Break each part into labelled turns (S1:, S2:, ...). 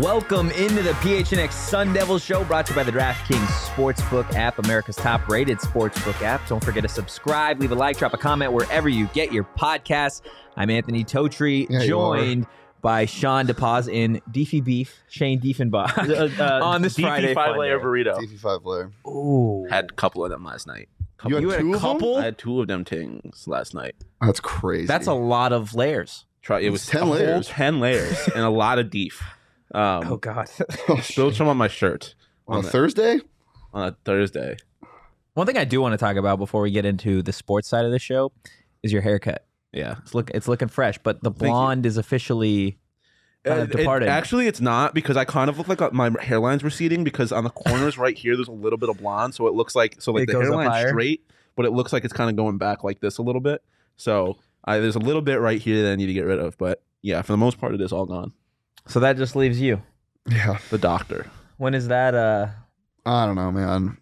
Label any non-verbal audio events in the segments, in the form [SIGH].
S1: Welcome into the PHNX Sun Devil Show, brought to you by the DraftKings Sportsbook app, America's top rated sportsbook app. Don't forget to subscribe, leave a like, drop a comment wherever you get your podcasts. I'm Anthony Totri,
S2: Yeah, you
S1: joined by Sean DePaz in Deefy Beef, Shane Diefenbach. [LAUGHS] On this
S3: DP
S1: Friday
S3: five
S1: fun
S3: layer
S1: day.
S3: burrito.
S2: DP5 layer.
S1: Ooh.
S4: Had a couple of them last night.
S2: You had
S1: you had a
S2: two of them?
S1: couple?
S4: I had two of them things last night.
S2: That's crazy.
S1: That's
S2: [LAUGHS]
S1: a lot of layers.
S4: Try it was
S2: 10
S4: a whole
S2: layers.
S4: ten layers,
S2: [LAUGHS]
S4: and a lot of deef.
S1: Oh,
S4: Um,
S1: God. [LAUGHS]
S4: spilled some on my shirt
S2: on
S4: on
S2: a
S4: that.
S2: Thursday.
S4: on a Thursday.
S1: One thing I do want to talk about before we get into the sports side of the show is your haircut.
S4: Yeah,
S1: It's look it's looking fresh, but the
S4: you.
S1: blonde is officially kind of
S4: It- it-
S1: departed.
S4: actually, it's not because I kind of look like a, my hairline's receding because on the corners right here, there's a little bit of blonde, so it looks like so like
S1: It
S4: the
S1: goes up
S4: hairline's
S1: higher?
S4: straight, but it looks like it's kind of going back like this a little bit. So I, there's a little bit right here that I need to get rid of, but yeah, for the most part, it is all gone.
S1: so that just leaves you.
S2: Yeah.
S4: The doctor,
S1: When is that uh
S2: I don't know, man.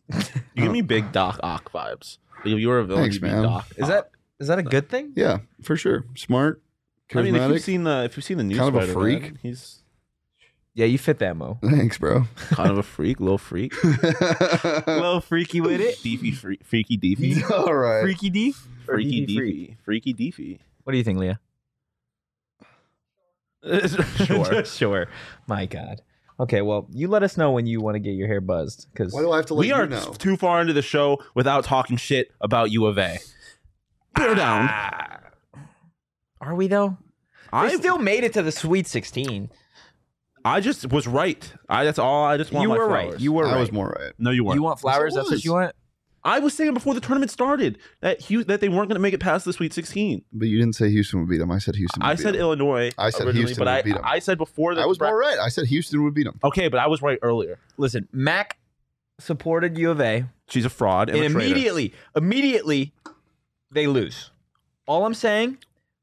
S4: you give me big Doc Ock vibes. Like, If you were a villain,
S2: Thanks,
S4: you'd be
S2: man.
S4: Doc.
S1: Is that is that a good thing?
S2: Yeah, for sure. Smart,
S4: I mean, if
S2: charismatic.
S4: you've seen the if you've seen the news,
S2: Kind of a freak.
S4: He's
S1: Yeah, you fit that mo.
S2: Thanks, [LAUGHS] bro.
S4: kind of a freak,
S1: [LAUGHS]
S4: little freak,
S1: little freaky with it.
S4: deefy, freak, freaky,
S1: [LAUGHS]
S2: [LAUGHS]
S4: deefy,
S2: All right.
S1: Freaky deef. Or
S4: freaky,
S1: deefy freak.
S4: deefy, freaky, deefy.
S1: What do you think, Leah? [LAUGHS] [LAUGHS]
S4: Sure.
S1: sure. My God. Okay, well, you let us know when you want to get your hair buzzed, because
S2: Why do I have to let
S4: we
S2: you
S4: are
S2: know?
S4: too far into the show without talking shit about U of A. Bear down.
S1: are we though? I
S4: I
S1: still made it to the Sweet 16.
S4: I just was right. I that's all. I just want.
S1: You
S4: my
S1: were
S4: flowers.
S1: right. You were
S2: I
S1: right.
S2: was more right.
S4: No, you weren't.
S1: you want flowers?
S2: Yes, I
S1: That's what
S2: was.
S1: you want.
S4: I was saying before the tournament started that Hugh, that they weren't going to make it past the Sweet 16.
S2: But you didn't say Houston would beat him. I said Houston. Would
S4: I
S2: beat
S4: said
S2: 'em.
S4: Illinois.
S2: I said
S4: originally,
S2: Houston
S4: but
S2: would
S4: I,
S2: beat 'em.
S4: I said before that
S2: I was more right. I said Houston would beat him.
S4: Okay, but I was right earlier.
S1: Listen, Mac supported U of A,
S4: She's a fraud and,
S1: and
S4: a traitor.
S1: immediately, immediately, they lose. All I'm saying,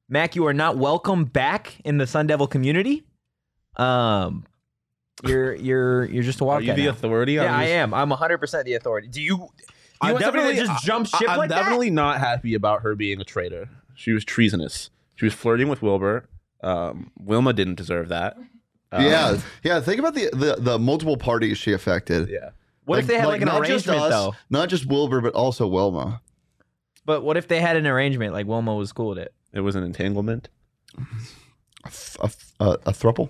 S1: Mac, you are not welcome back in the Sun Devil community. Um, you're you're you're just a
S4: Are
S1: walkout.
S4: you the
S1: now.
S4: authority? on
S1: yeah, I
S4: this?
S1: am. I'm 100 percent the authority. Do you? you
S4: I
S1: want somebody
S4: definitely-
S1: to just jump ship
S4: I, am
S1: like that?
S4: definitely not happy about her being a traitor. She was treasonous. She was flirting with Wilbur. Um, Wilma didn't deserve that.
S1: Uh,
S4: Um,
S2: yeah, yeah. Think about the, the the multiple parties she affected.
S4: yeah.
S1: What if they had like, an
S2: not just
S1: arrangement
S2: us,
S1: though?
S2: Not just Wilbur, but also Wilma.
S1: But what if they had an arrangement like Wilma was cool with it?
S4: It was an entanglement.
S2: A, th- a, th- a, a thruple.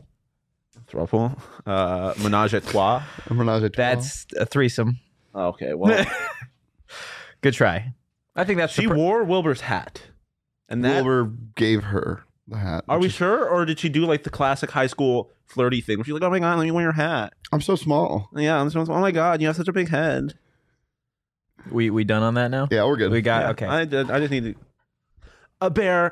S4: Throuple. Uh, menage a trois.
S2: A menage a trois.
S1: That's a threesome.
S4: Okay, [LAUGHS] well,
S1: Good try. I think that's the
S4: she
S1: per-
S4: wore Wilbur's hat, and that.
S2: Wilbur gave her the hat.
S4: Are
S2: which
S4: we
S2: is-
S4: sure, or did she do like the classic high school flirty thing? Where she's like, "Oh my god, let me wear your hat."
S2: I'm so small.
S4: Yeah, I'm just, oh my god, you have such a big head.
S1: we we done on that now.
S2: Yeah, we're good.
S1: We got
S4: Yeah,
S1: okay.
S4: I, did- I just need to, a bear,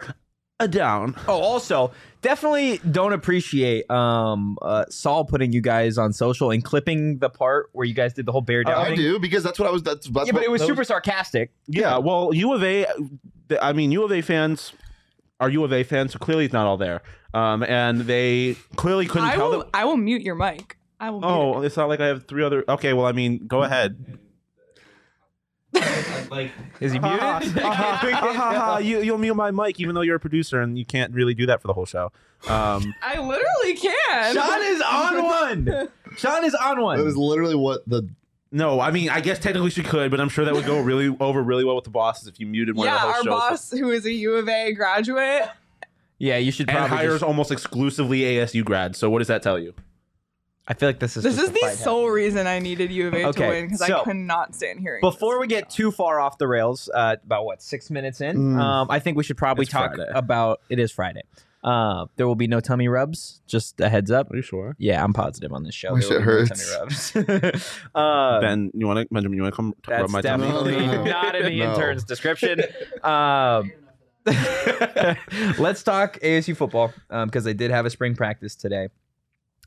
S4: a down.
S1: Oh, also, definitely don't appreciate um uh, Saul putting you guys on social and clipping the part where you guys did the whole bear down.
S2: I
S1: thing.
S2: do because that's what I was. That's, that's
S1: Yeah, but
S2: what-
S1: it was
S2: that
S1: super sarcastic.
S4: Yeah, well, U of A, I mean, U of A fans are U of A fans, so clearly it's not all there. Um, and they clearly couldn't
S5: I
S4: tell
S5: will,
S4: them.
S5: I will mute your mic. I will. mute
S4: Oh, it's not like I have three other. Okay, well, I mean, go [LAUGHS] ahead. [LAUGHS]
S1: Is he muted?
S4: Uh-huh. you, you'll mute my mic, even though you're a producer and you can't really do that for the whole show. Um,
S5: it. I literally can.
S1: Sean is on
S4: [LAUGHS]
S1: one. [LAUGHS] Sean is on one.
S2: That is literally what the
S4: no, I mean, I guess technically she could, but I'm sure that
S5: [LAUGHS]
S4: would go really over really well with the bosses if you muted one
S5: yeah,
S4: of the
S5: our
S4: whole shows.
S5: boss, who is a U of A graduate,
S1: yeah, you should
S4: And
S1: probably.
S4: hires
S1: just-
S4: almost exclusively ASU grads. So what does that tell you?
S1: I feel like this is
S5: this
S1: just
S5: is the
S1: fight
S5: sole
S1: happening.
S5: reason I needed U of A
S1: Okay,
S5: to win because
S1: so-
S5: I could not stand hearing.
S1: Before we get too far off the rails, uh, about what six minutes in,
S2: Mm.
S1: um, I think we should probably
S4: It's
S1: talk
S4: Friday.
S1: about. It is Friday. Uh, there will be no tummy rubs. Just a heads up.
S4: Are you sure?
S1: Yeah, I'm positive on this show.
S2: Wish
S1: There
S2: it
S1: will be no
S2: hurts.
S1: Tummy rubs. [LAUGHS] uh,
S4: ben, you want to Benjamin? You want to come t- rub
S1: that's
S4: my tummy?
S1: definitely
S2: No, no,
S1: [LAUGHS]
S2: no.
S1: not in the
S2: No.
S1: intern's description. Um, [LAUGHS] let's talk ASU football because they did have a spring practice today.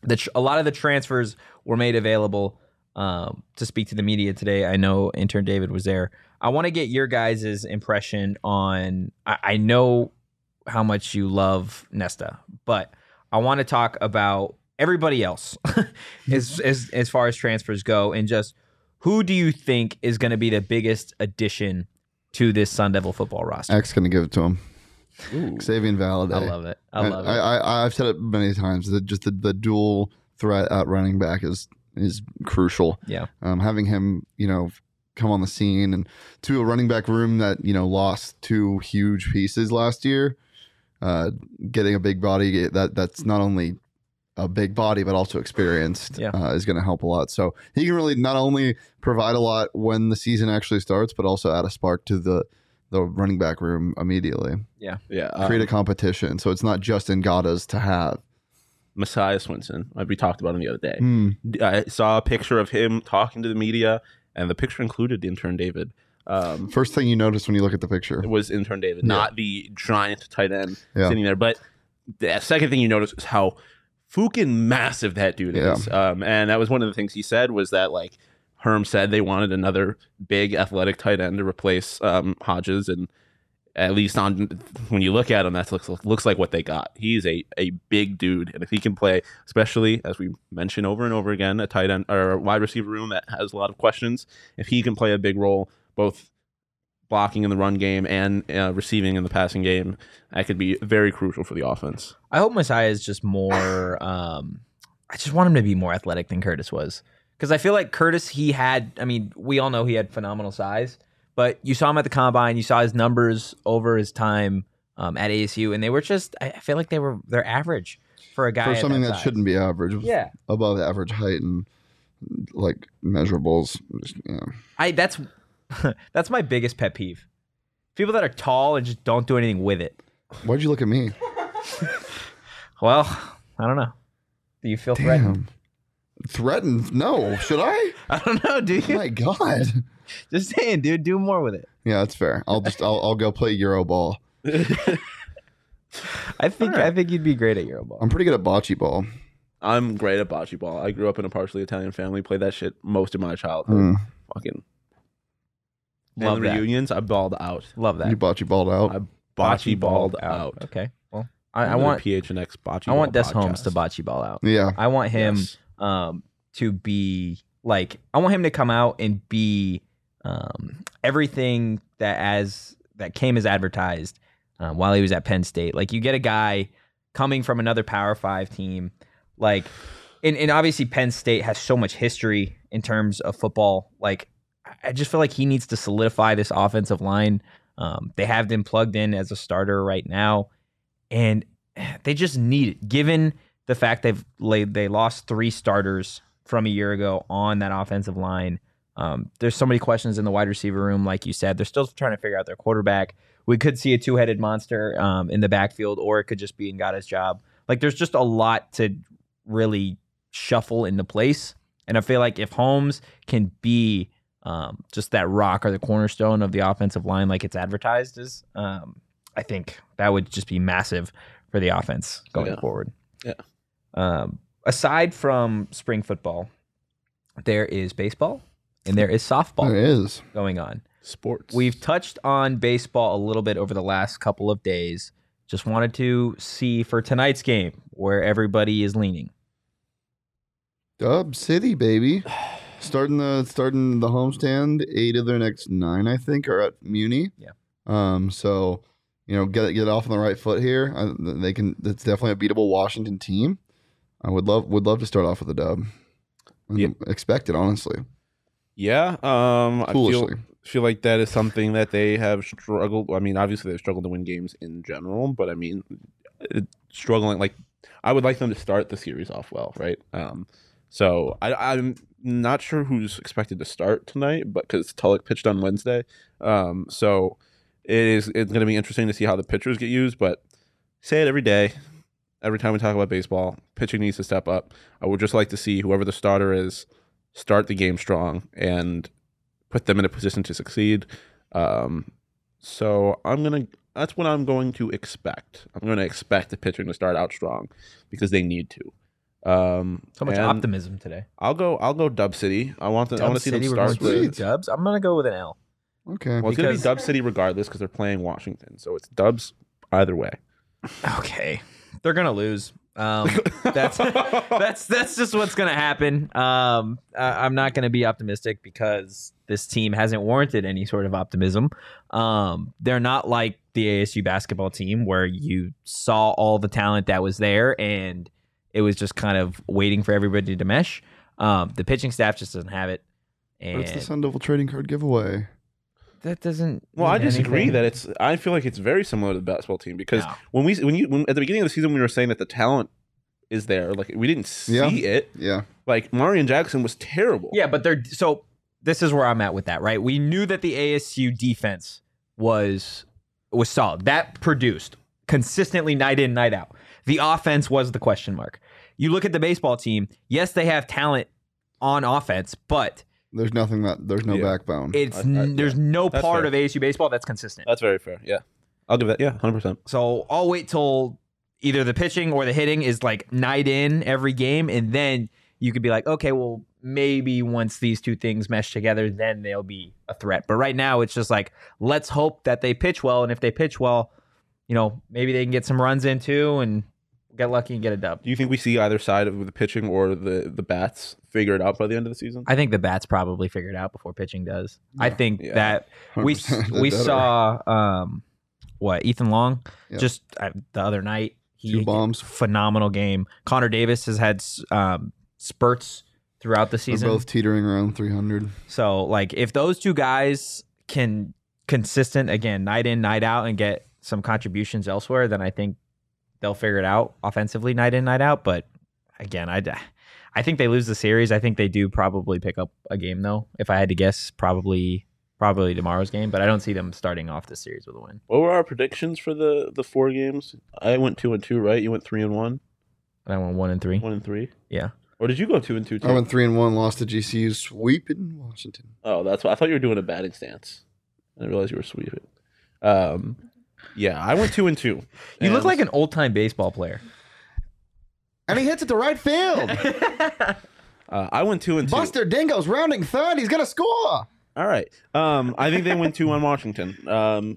S1: The tr- a lot of the transfers were made available um, to speak to the media today. I know intern David was there. I want to get your guys' impression on. I, I know how much you love Nesta, but I want to talk about everybody else [LAUGHS] as, as as far as transfers go, and just who do you think is going to be the biggest addition to this Sun Devil football roster?
S2: X gonna give it to him.
S4: Ooh.
S2: Xavier Valade.
S1: I love it. I love
S2: I,
S1: it.
S2: I, I, I've said it many times that just the, the dual threat at running back is is crucial.
S1: Yeah.
S2: Um, having him, you know, come on the scene and to a running back room that you know lost two huge pieces last year, uh, getting a big body eh, that that's not only a big body but also experienced
S1: Yeah.
S2: uh, is going to help a lot. So he can really not only provide a lot when the season actually starts, but also add a spark to the the running back room immediately
S4: [LAUGHS] Yeah.
S2: create
S4: Um,
S2: a competition. So it's not just Ngata's to have.
S4: Messiah Swinson. Like we talked about him the other day.
S2: Hmm.
S4: I saw a picture of him talking to the media, and the picture included intern David. Um,
S2: First thing you notice when you look at the picture.
S4: it was intern David,
S2: Yeah.
S4: not the giant tight end
S2: Yeah.
S4: sitting there. But the second thing you notice is how fucking massive that dude
S2: Yeah.
S4: is. Um, and that was one of the things he said was that like Herm said they wanted another big athletic tight end to replace um, Hodges, and at least on when you look at him, that looks looks like what they got. He's a a big dude, and if he can play, especially as we mention over and over again, a tight end or a wide receiver room that has a lot of questions, if he can play a big role, both blocking in the run game and uh, receiving in the passing game, that could be very crucial for the offense.
S1: I hope Messiah is just
S2: [SIGHS]
S1: more. Um, I just want him to be more athletic than Curtis was, because I feel like Curtis he had. I mean, we all know he had phenomenal size, but you saw him at the combine. You saw his numbers over his time um, at ASU, and they were just. I I feel like they were they're average for a guy
S2: For
S1: at
S2: something that
S1: size.
S2: shouldn't be average,
S1: Yeah,
S2: above average height and like measurables. Just, you know.
S1: I that's that's my biggest pet peeve. People that are tall and just don't do anything with it.
S2: Why'd you look at me?
S1: Well, I don't know. Do you feel threatened?
S2: Damn. Threatened? No. Should I?
S1: [LAUGHS] I don't know. Do
S2: Oh
S1: you?
S2: my God.
S1: [LAUGHS] Just saying, dude. Do more with it.
S2: Yeah, that's fair. I'll just I'll, I'll go play Euro ball.
S1: I think I think you'd be great at Euroball.
S2: I'm pretty good at bocce ball.
S4: I'm great at bocce ball. I grew up in a partially Italian family, played that shit most of my childhood.
S2: Mm,
S4: Fucking
S1: Love
S4: and
S1: that.
S4: reunions, I balled out.
S1: Love
S2: you
S1: that.
S2: bocce balled out.
S4: I bocce, balled out.
S1: Okay. Well, I, I
S4: Another
S1: want
S4: PH and X bocce.
S1: I want
S4: ball
S1: Des Holmes to
S4: podcast.
S1: bocce ball out.
S2: yeah.
S1: I want him
S4: Yes.
S1: um to be like I want him to come out and be um everything that as that came as advertised um, while he was at Penn State. Like you get a guy coming from another Power Five team, like and, and obviously Penn State has so much history in terms of football. Like I- I just feel like he needs to solidify this offensive line. Um, they have them plugged in as a starter right now, and they just need it. Given the fact they've laid, they lost three starters from a year ago on that offensive line. Um, there's so many questions in the wide receiver room, like you said. They're still trying to figure out their quarterback. We could see a two-headed monster um, in the backfield, or it could just be Ngata's job. Like there's just a lot to really shuffle into place. And I feel like if Holmes can be um, just that rock or the cornerstone of the offensive line, like it's advertised, is um, I think that would just be massive for the offense going
S4: Yeah.
S1: forward.
S4: Yeah.
S1: Um, aside from spring football, there is baseball and there is
S2: There
S1: softball
S2: is.
S1: going on.
S4: sports.
S1: We've touched on baseball a little bit over the last couple of days. Just wanted to see for tonight's game where everybody is leaning.
S2: Dub City, baby. Starting the starting the homestand. Eight of their next nine, I think, are at Muni.
S1: Yeah.
S2: Um. So, you know, get get off on the right foot here. I, they can. That's definitely a beatable Washington team. I would love would love to start off with a dub. And
S4: Yeah.
S2: Expect it, honestly.
S4: yeah. Um, I feel,
S2: Foolishly.
S4: feel like that is something that they have struggled. I mean, obviously they've struggled to win games in general, but I mean, it- struggling like I would like them to start the series off well, right? Um, so I, I'm not sure who's expected to start tonight, but because Tulloch pitched on Wednesday, um, so it is it's going to be interesting to see how the pitchers get used. But say it every day. Every time we talk about baseball, pitching needs to step up. I would just like to see whoever the starter is start the game strong and put them in a position to succeed. Um, so I'm gonna. That's what I'm going to expect. I'm going to expect the pitching to start out strong because they need to. Um,
S1: So much
S4: and
S1: optimism today.
S4: I'll go. I'll go Dub City. I want to. I
S1: Dub
S4: want to see
S1: City,
S4: them
S1: we're
S4: start
S1: going
S4: with.
S1: with Dubs. I'm gonna go with an L.
S2: Okay.
S4: Well, it's going to be
S1: Because-
S4: Dub City regardless because they're playing Washington. So it's Dubs either way.
S1: Okay, they're gonna lose. Um, that's [LAUGHS] that's that's just what's gonna happen. Um, I, I'm not gonna be optimistic because this team hasn't warranted any sort of optimism. Um, they're not like the ASU basketball team where you saw all the talent that was there and it was just kind of waiting for everybody to mesh. Um, the pitching staff just doesn't have it,
S2: But
S1: and
S2: it's the Sun Devil trading card giveaway.
S1: that doesn't.
S4: Well, I
S1: mean
S4: disagree
S1: anything.
S4: that it's. I feel like it's very similar to the basketball team because
S1: No.
S4: when we when you when, at the beginning of the season we were saying that the talent is there, like we didn't see
S2: Yeah.
S4: it.
S2: Yeah.
S4: Like Marion Jackson was terrible.
S1: Yeah, but they're so this is where I'm at with that, right? We knew that the ASU defense was was solid. That produced consistently night in, night out. The offense was the question mark. You look at the baseball team, yes, they have talent on offense, but
S2: There's nothing that there's no
S4: Yeah.
S2: backbone.
S1: it's
S4: I- I-
S1: n there's no
S4: That's
S1: part
S4: fair.
S1: of ASU baseball that's consistent.
S4: that's very fair. Yeah, I'll give that. Yeah, hundred percent.
S1: So I'll wait till either the pitching or the hitting is like night in every game, and then you could be like, okay, well, maybe once these two things mesh together, then they'll be a threat. But right now, it's just like, let's hope that they pitch well, and if they pitch well, you know, maybe they can get some runs in too and get lucky and get a dub.
S4: Do you think we see either side of the pitching or the the bats figure it out by the end of the season?
S1: I think the bats probably figured out before pitching does. I think
S2: [LAUGHS]
S4: Yeah.
S1: that we
S2: 100%
S1: we
S2: better.
S1: saw um what Ethan Long
S2: Yeah.
S1: just uh, the other night he
S2: Two bombs.
S1: phenomenal game. Connor Davis has had s- um, spurts throughout the
S2: They're
S1: season.
S2: both teetering around 300.
S1: So like if those two guys can consistent again night in night out and get some contributions elsewhere, then I think they'll figure it out offensively night in night out. But again, I I think they lose the series. I think they do probably pick up a game though. If I had to guess, probably probably tomorrow's game. But I don't see them starting off the series with a win.
S4: What were our predictions for the the four games? I went two and two, right? You went three and one,
S1: And I went one and three.
S4: one and three.
S1: Yeah.
S4: Or did you go two and two? Too?
S2: I went three and one, lost to GCU, sweep in Washington.
S4: Oh, that's why I thought you were doing a batting stance. I didn't realize you were sweeping. Um, yeah, I went two and two.
S1: [LAUGHS] You look
S4: And-
S1: like an old time baseball player.
S2: And he hits it to right field.
S4: Uh, I went two and two.
S2: Buster Dingo's rounding third. He's gonna score.
S4: All right. Um, I think they went two on Washington. Um,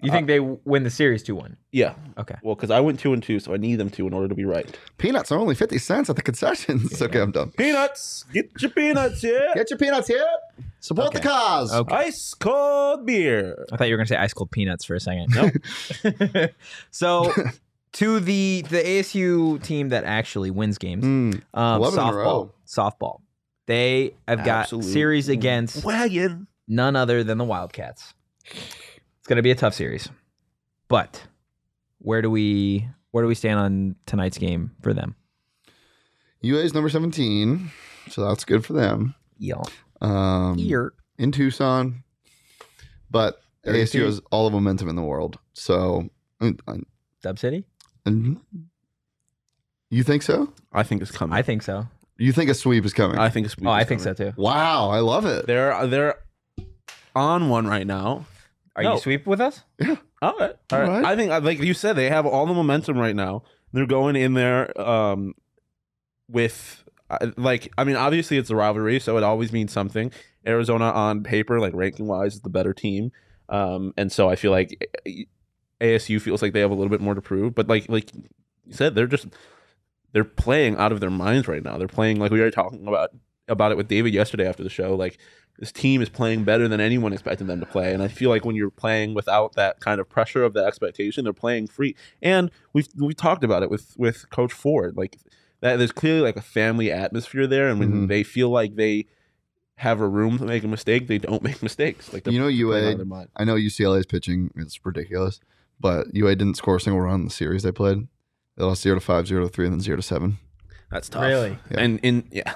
S1: You think they win the series two one?
S4: yeah.
S1: Okay.
S4: Well, because I went two and two, so I need them to in order to be right.
S2: Peanuts are only 50 cents at the concessions. [LAUGHS] okay, I'm done.
S4: Peanuts, get your peanuts, yeah.
S2: Get your peanuts here. Support the cause.
S1: Okay.
S4: Ice cold beer.
S1: I thought you were gonna say ice cold peanuts for a second. [LAUGHS] Nope.
S2: [LAUGHS]
S1: so to the the ASU team that actually wins games,
S2: Mm,
S1: um,
S2: 11 in a
S1: softball,
S2: row.
S1: softball. They have got
S4: Absolute
S1: series against
S4: Wagon.
S1: none other than the Wildcats. It's gonna be a tough series, but where do we where do we stand on tonight's game for them?
S2: UA's number 17, so that's good for them.
S1: Y'all,
S2: Um,
S1: Ear.
S2: in Tucson, but
S4: 32.
S2: ASU has all the momentum in the world. So, and- and-
S1: Dub City.
S2: and- you think so?
S4: I think it's coming.
S1: I think so.
S2: You think a sweep is coming?
S4: I think it's.
S1: Oh, I think so too.
S2: wow, I love it.
S4: They're they're on one right now.
S1: Are
S4: No.
S1: you sweep with us?
S4: All right. All right.
S2: All right.
S4: I think, like you said, they have all the momentum right now. They're going in there um, with, I- like, I mean, obviously it's a rivalry, so it always means something. Arizona, on paper, like ranking wise, is the better team, um, and so I feel like ASU feels like they have a little bit more to prove. But like, like you said, they're just they're playing out of their minds right now. They're playing like we were talking about about it with David yesterday after the show. Like this team is playing better than anyone expected them to play. And I feel like when you're playing without that kind of pressure of the expectation, they're playing free. And we've we talked about it with with Coach Ford. Like that there's clearly like a family atmosphere there. And when
S2: Mhm.
S4: they feel like they have a room to make a mistake, they don't make mistakes. Like they're
S2: You know,
S4: playing out of
S2: UA.
S4: their mind.
S2: I know UCLA's pitching is ridiculous, but UA didn't score a single run in the series they played. They lost zero to five, zero to three, and then zero to seven.
S4: That's tough.
S1: Really?
S2: Yeah.
S4: And in yeah.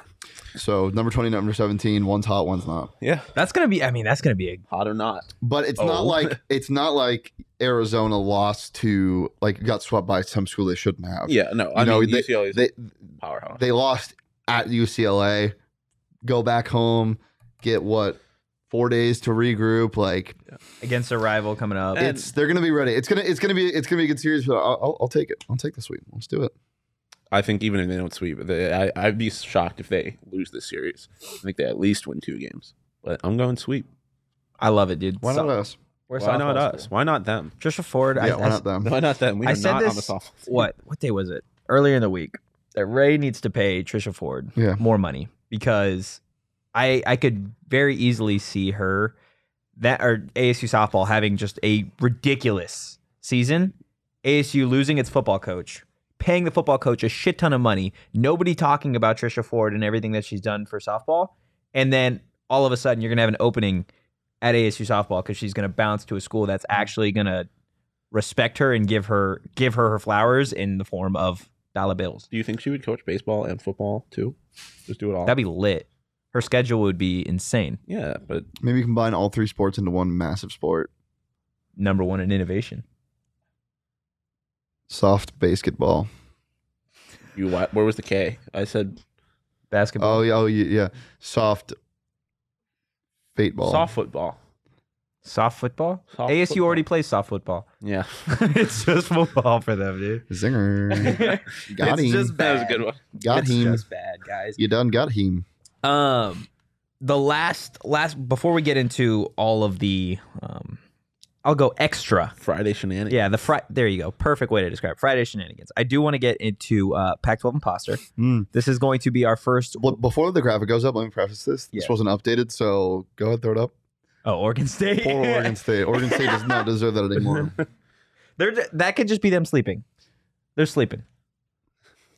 S2: So number twenty, number seventeen, one's hot, one's not.
S4: Yeah.
S1: That's gonna be. I mean, that's gonna be a
S4: Hot or not.
S2: But it's
S1: [LAUGHS]
S4: Oh.
S2: not like it's not like Arizona lost to like got swept by some school they shouldn't have.
S4: Yeah, no, I
S2: You know,
S4: mean
S2: they-
S4: UCLA is
S2: They
S4: powerhouse.
S2: they lost at UCLA. Go back home, get what four days to regroup. Like
S1: against a rival coming up.
S4: And-
S2: it's they're gonna be ready. It's gonna it's gonna be it's gonna be a good series. But I'll, I'll, I'll take it. I'll take this week. Let's do it.
S4: I think even if they don't sweep, they, I, I'd be shocked if they lose this series. I think they at least win two games. But I'm going sweep.
S1: I love it, dude.
S2: Why
S1: So-
S2: not us?
S1: we're
S4: why not
S1: softball
S4: us?
S1: school.
S4: Why not them?
S1: Trisha Ford. I,
S2: Yeah, why
S1: I-
S2: not them?
S4: Why not them? We
S1: I
S4: are
S1: said
S4: not on the
S1: this-
S4: softball team.
S1: what what day was it? Earlier in the week that Ray needs to pay Trisha Ford
S2: Yeah.
S1: more money because I I could very easily see her that or ASU softball having just a ridiculous season. ASU losing its football coach, paying the football coach a shit ton of money, nobody talking about Trisha Ford and everything that she's done for softball, and then all of a sudden you're gonna have an opening at ASU softball because she's gonna bounce to a school that's actually gonna respect her and give her give her her flowers in the form of dollar bills.
S4: Do you think she would coach baseball and football too? Just do it all.
S1: That'd be lit. Her schedule would be insane.
S4: yeah, but
S2: Maybe combine all three sports into one massive sport.
S1: Number one in innovation.
S2: Soft basketball.
S4: you why, where was the K? I said
S1: Basketball.
S2: Oh yeah, oh yeah, yeah. Soft. Fate ball.
S4: soft football.
S1: soft football?
S4: Soft
S1: ASU
S4: football.
S1: already plays soft football.
S4: Yeah, [LAUGHS]
S1: it's just football for them, dude.
S2: Zinger.
S1: [LAUGHS] it's
S2: Got him.
S1: just
S4: that was a
S1: bad.
S4: good one.
S2: got
S1: it's
S2: him.
S1: just bad, guys.
S2: You done got him.
S1: Um, the last last before we get into all of the um, I'll go extra
S4: Friday shenanigans.
S1: Yeah, the fri- there you go. Perfect way to describe it. Friday shenanigans. I do want to get into uh, Pac-12 imposter.
S2: Mm.
S1: This is going to be our first.
S2: Well, before the graphic goes up, let me preface this. This
S1: Yeah.
S2: wasn't updated, so go ahead, throw it up.
S1: [LAUGHS] Oh, Oregon State. [LAUGHS]
S2: Poor Oregon State. Oregon State does not deserve that anymore.
S1: They're ju- that could just be them sleeping. They're sleeping.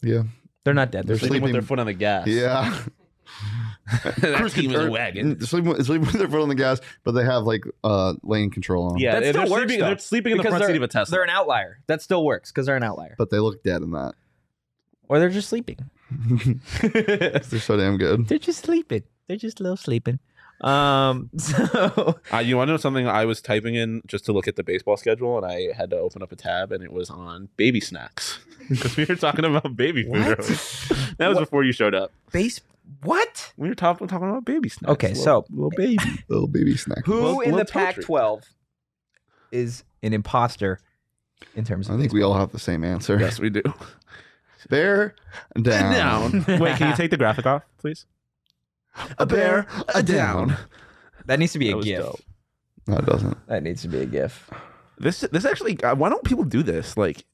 S2: Yeah.
S1: They're not dead. They're
S2: They're
S4: sleeping,
S1: sleeping.
S4: with their
S2: sleeping-
S4: foot on the gas.
S2: Yeah.
S4: [LAUGHS] that
S2: [LAUGHS]
S4: team is
S2: Or-
S4: a wagon.
S2: Sleeping, with- sleeping with their foot on the gas, but they have like uh lane control on.
S4: Yeah,
S1: That
S4: they're
S1: still works,
S4: sleeping,
S1: though,
S4: they're sleeping in the
S1: because
S4: front seat
S1: they're-
S4: of a
S1: They're
S4: Tesla.
S1: an outlier. That still works because they're an outlier.
S2: But they look dead in that.
S1: Or they're just sleeping.
S2: They're so
S1: [LAUGHS]
S2: damn good.
S1: they're just sleeping. They're just little sleeping. Um. [LAUGHS]
S4: [LAUGHS]
S1: So
S4: Uh, you want to know something? I was typing in just to look at the baseball schedule, and I had to open up a tab, and it was on baby snacks [LAUGHS] because we were talking about baby food.
S1: What?
S4: earlier. That was
S1: What?
S4: before you showed up.
S1: base. What?
S4: We were talking talking about baby snacks.
S1: Okay,
S4: little,
S1: so-
S4: little [LAUGHS] baby.
S2: Little baby snack.
S1: Who
S4: Little-
S1: in
S4: little
S1: the Pac-12 is an imposter in terms of
S2: I think we all have the same answer.
S4: yes, we do.
S2: [LAUGHS] Bear down.
S4: Down. Wait, [LAUGHS] can you take the graphic off, please?
S2: A bear, a down.
S1: That needs to be
S4: That
S1: a
S4: was
S1: gif.
S4: dope.
S2: No, it doesn't.
S1: That needs to be a gif.
S4: This this actually. uh, Why don't people do this? Like,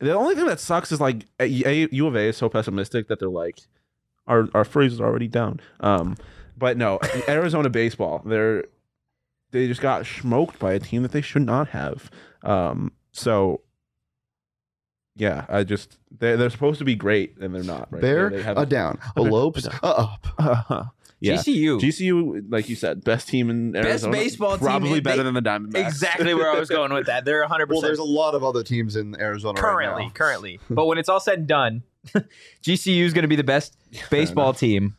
S4: the only thing that sucks is like uh, U U of A is so pessimistic that they're like, our our phrase is already down. Um, but no, [LAUGHS] Arizona baseball. They're they just got smoked by a team that they should not have. Um, so. Yeah, I just they're, they're supposed to be great and they're not. Right?
S2: Bear,
S4: They- they have-
S2: a down.
S4: a
S2: Elopes,
S4: down.
S2: a up.
S4: yeah.
S1: GCU.
S4: GCU, like you said, best team in Arizona.
S1: baseball team
S4: probably
S1: in-
S4: better
S1: they-
S4: than the Diamondbacks.
S1: exactly where I
S4: [LAUGHS]
S1: was going with that. They're 100
S2: Well,
S1: percent
S2: there's a lot of other teams in Arizona
S1: currently,
S2: right now.
S1: currently. But when it's all said and done, [LAUGHS] GCU is going to be the
S2: [LAUGHS]
S1: best baseball team.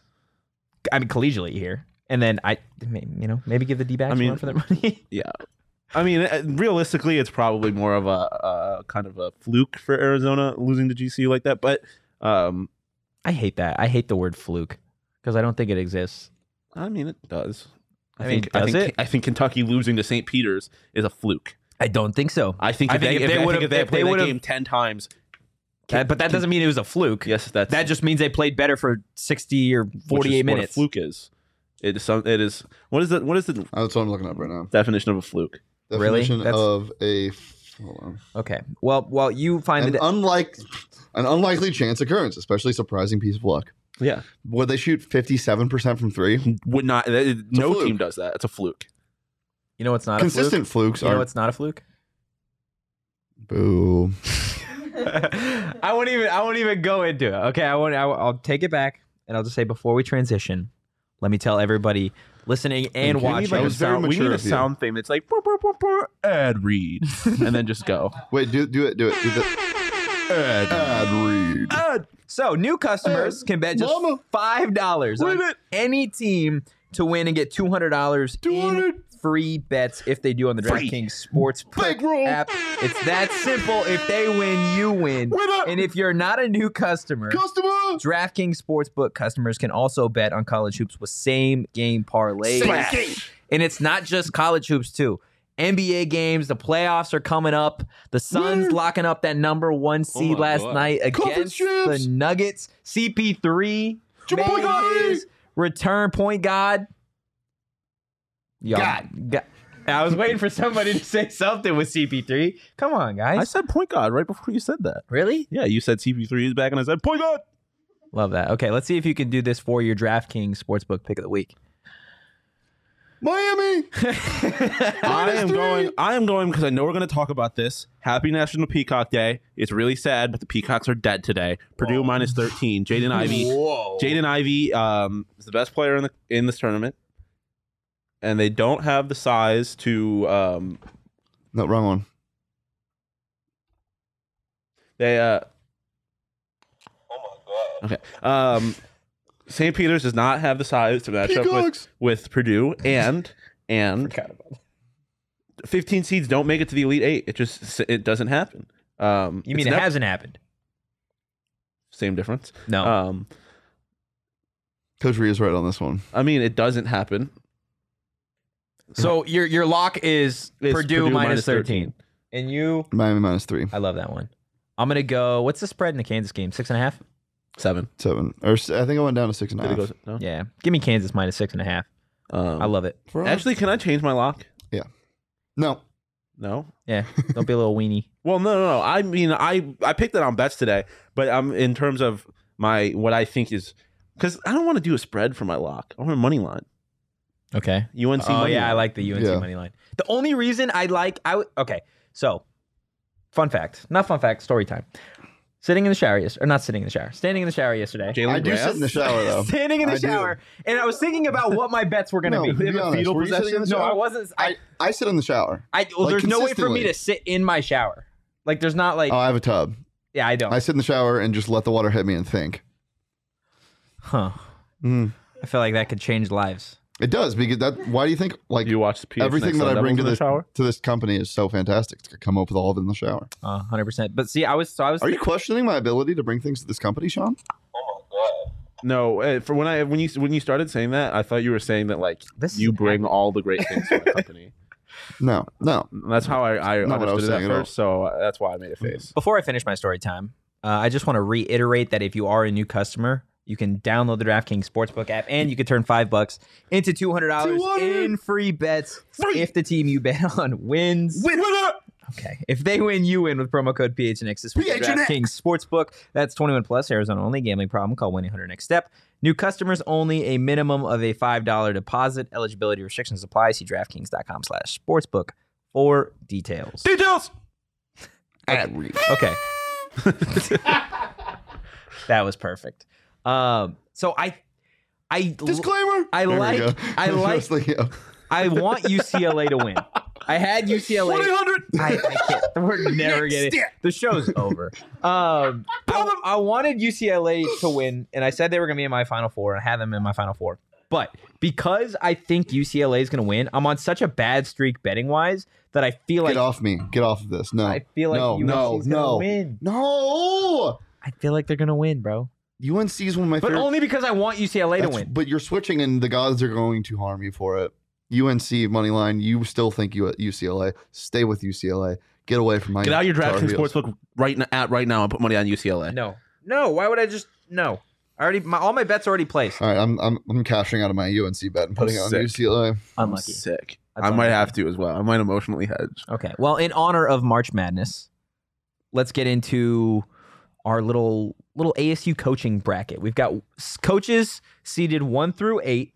S1: I mean, collegially here, and then I, may- you know, maybe give the D backs
S4: I mean-
S1: one for their money. [LAUGHS]
S4: I mean, uh, realistically, it's probably more of a, a kind of a fluke for Arizona losing to GCU like that. But um,
S1: I hate that. I hate the word fluke because I don't think it exists.
S4: I mean, it does.
S1: I mean,
S4: I
S1: does
S4: think,
S1: it?
S4: I think Kentucky losing to St. Peter's is a fluke.
S1: I don't think so.
S4: I think if,
S1: I think
S4: they,
S1: if they
S4: I think
S1: would've-
S4: if they
S1: if they
S4: played that
S1: would've-
S4: game ten times,
S1: That- but that doesn't mean it was a fluke.
S4: yes, that's
S1: That just means they played better for 60 or
S4: which is
S1: 48
S4: what
S1: minutes.
S4: A fluke is. It is. Some, it is. What is the what is the
S2: That's what I'm looking up right now.
S4: definition of a fluke?
S1: Really?
S2: Definition
S1: That's-
S2: of a f- hold on.
S1: Okay. Well, while you find
S2: an
S1: that
S2: unlike an unlikely chance occurrence, especially surprising piece of luck.
S4: Yeah,
S2: Would they shoot 57% from 3?
S4: would not. that- it-
S2: a
S4: no
S2: fluke.
S4: team does that. It's a fluke.
S1: you know what's not a fluke.
S2: Consistent flukes
S1: You know
S2: are
S1: what's not a fluke. [LAUGHS]
S2: boo.
S1: I won't even. I won't even go into it. Okay, I won't. I, will I'll take it back, and I'll just say before we transition, let me tell everybody listening and
S2: Okay, we
S4: We
S1: watching.
S4: need, like,
S2: That
S4: a
S2: was very
S4: sound, we
S2: mature
S4: need a
S2: of you.
S4: sound thing that's like "Burr, burr, burr, burr,
S1: [LAUGHS]
S4: ad read, and then just go.
S2: Wait, do do it, do it. Do the ad, read.
S1: so new customers can bet just
S2: Mama.
S1: five dollars on any team to win and get two hundred dollars in free bets if they do on the
S4: Free.
S1: DraftKings Sportsbook
S4: Big rule.
S1: app. It's that simple. If they win, you win.
S2: Winner!
S1: And if you're not a new customer,
S2: Customer!
S1: DraftKings Sportsbook customers can also bet on college hoops with same game parlays. And it's not just college hoops too. NBA games, the playoffs are coming up. The Suns locking up that number one seed
S4: Oh my
S1: last
S4: God.
S1: night
S2: Conference
S1: against the
S2: champs.
S1: Nuggets. CP3
S2: Jamal
S1: made
S2: Murray.
S1: his return point guard. Y'all-
S4: God.
S1: Ga- I was waiting for somebody to say something with CP3. Come on, guys.
S4: I said point guard right before you said that.
S1: really?
S4: Yeah, you said CP3 is back, and I said point [LAUGHS] guard.
S1: Love that. Okay, let's see if you can do this for your DraftKings Sportsbook pick of the week.
S2: Miami!
S4: I
S2: Minus
S4: am
S2: three.
S4: going. I am going because I know we're going to talk about this. Happy National Peacock Day. It's really sad, but the peacocks are dead today. Purdue minus thirteen. [LAUGHS] Jaden Ivy. Jaden Ivy um, is the best player in the in this tournament, and they don't have the size to. Um,
S2: No, wrong one.
S4: they. Uh, oh my god. Okay. Um, St. Peter's does not have the size to match up with
S2: Peacocks!
S4: with Purdue and and 15 seeds don't make it to the elite 8. It just it doesn't happen. Um
S1: You mean
S4: it's
S1: it
S4: nev-
S1: hasn't happened?
S4: same difference.
S1: No.
S4: Um
S2: Coach Rhea's right on this one.
S4: I mean it doesn't happen.
S1: So your your lock is
S4: It's
S1: Purdue, minus, minus 13.
S4: 13.
S1: And you
S2: Miami minus three,
S1: I love that one. I'm gonna go what's the spread in the Kansas game? Six and a half?
S4: 7.
S2: seven. Or s- I think I went down to six and a
S4: Did it
S2: half.
S4: go no?
S1: Yeah. Give me Kansas minus six and a half.
S4: Um,
S1: I love it.
S2: Bro.
S4: Actually, can I change my lock?
S2: no.
S4: No.
S1: Yeah. Don't be a little weenie.
S4: Well, no, no, no. I mean, I I picked it on bets today, but um, in terms of my what I think is because I don't want to do a spread for my lock. I want a money line.
S1: [LAUGHS] Okay.
S4: UNC.
S1: oh
S4: money
S1: yeah,
S4: line.
S1: I like the UNC
S2: Yeah.
S1: money line. The only reason I like I would okay. So, fun fact, not fun fact, story time. Sitting in the shower, yes, or not sitting in the shower, standing in the shower yesterday.
S4: Jalen
S2: I do sit in the
S4: Grass?
S2: shower
S1: [LAUGHS]
S2: though.
S1: standing in the
S2: I do.
S1: shower, and I was thinking about what my bets were going to
S2: No,
S1: be.
S2: to be honest,
S4: fetal
S2: were you sitting in the
S1: No, I
S2: shower?
S1: wasn't. I,
S2: I, I sit in the shower.
S1: I well,
S2: Like,
S1: there's no way for me
S2: consistently.
S1: to sit in my shower. Like, there's not like,
S2: Oh, I have a tub.
S1: yeah, I don't.
S2: I sit in the shower and just let the water hit me and think.
S1: huh.
S2: Mm.
S1: I feel like that could change lives.
S2: It does because that. Why do you think like
S4: Do you watch the PS
S2: everything that I bring to
S4: the
S2: this
S4: shower?
S2: to this company is so fantastic? To come up with all of it in the shower.
S1: Uh, 100%. But see, I was, so I was,
S2: Are you questioning my ability to bring things to this company, Sean?
S4: No, uh, for when I when you when you started saying that, I thought you were saying that like
S1: This
S4: you
S1: is-
S4: bring all the great things to
S1: [LAUGHS]
S4: the company.
S2: No, no.
S4: That's how I I
S2: Not what I was
S4: understood it at
S2: saying at all. Mm-hmm.
S4: first, so uh, that's why I made a face.
S1: before I finish my story time, uh, I just want to reiterate that if you are a new customer, you can download the DraftKings Sportsbook app and you can turn five bucks into $200, in free bets if the team you bet [LAUGHS] on wins. Okay. If they win, you win with promo code PHNX this week. at
S2: PHNX.
S1: DraftKings Sportsbook. That's 21 plus, Arizona only. Gambling problem? Call 1 800 Next Step. New customers only. A minimum of a $5 deposit. Eligibility restrictions apply. See DraftKings.com slash sportsbook for details.
S4: Details.
S1: Okay. [LAUGHS] that was perfect. Um, so I, I,
S2: Disclaimer.
S1: I
S2: There we
S1: like,
S2: go.
S1: I like,
S2: [LAUGHS] Just yeah.
S1: I want UCLA to win. I had UCLA. I, I can't. We're never getting the show's over. Um, I, I wanted UCLA to win, and I said they were going to be in my final four, and I had them in my final four. But because I think UCLA is going to win, I'm on such a bad streak betting wise that I feel like
S2: Get off me. Get off of this. No.
S1: I feel like
S2: no,
S1: UNC's
S2: no,
S1: going to
S2: no,
S1: win.
S2: no.
S1: I feel like they're going to win, bro.
S2: UNC is one of my
S1: But
S2: favorite.
S1: only because I want UCLA to
S2: That's-
S1: win.
S2: But you're switching, and the gods are going to harm you for it. UNC money line. You still think you at UCLA? Stay with UCLA. Get away from my.
S4: Get out your
S2: Tar
S4: DraftKings
S2: Heels.
S4: sportsbook right now, at right now and put money on UCLA.
S1: No, no. Why would I just no? I already my, all my bets are already placed.
S2: All right, I'm I'm I'm cashing out of my UNC bet and putting it on
S4: sick.
S2: UCLA.
S4: I'm
S1: Unlucky.
S4: sick.
S1: That's
S4: I might
S1: unlucky.
S4: have to as well. I might emotionally hedge.
S1: Okay. Well, in honor of March Madness, let's get into our little little ASU coaching bracket. We've got s- coaches seeded one through eight.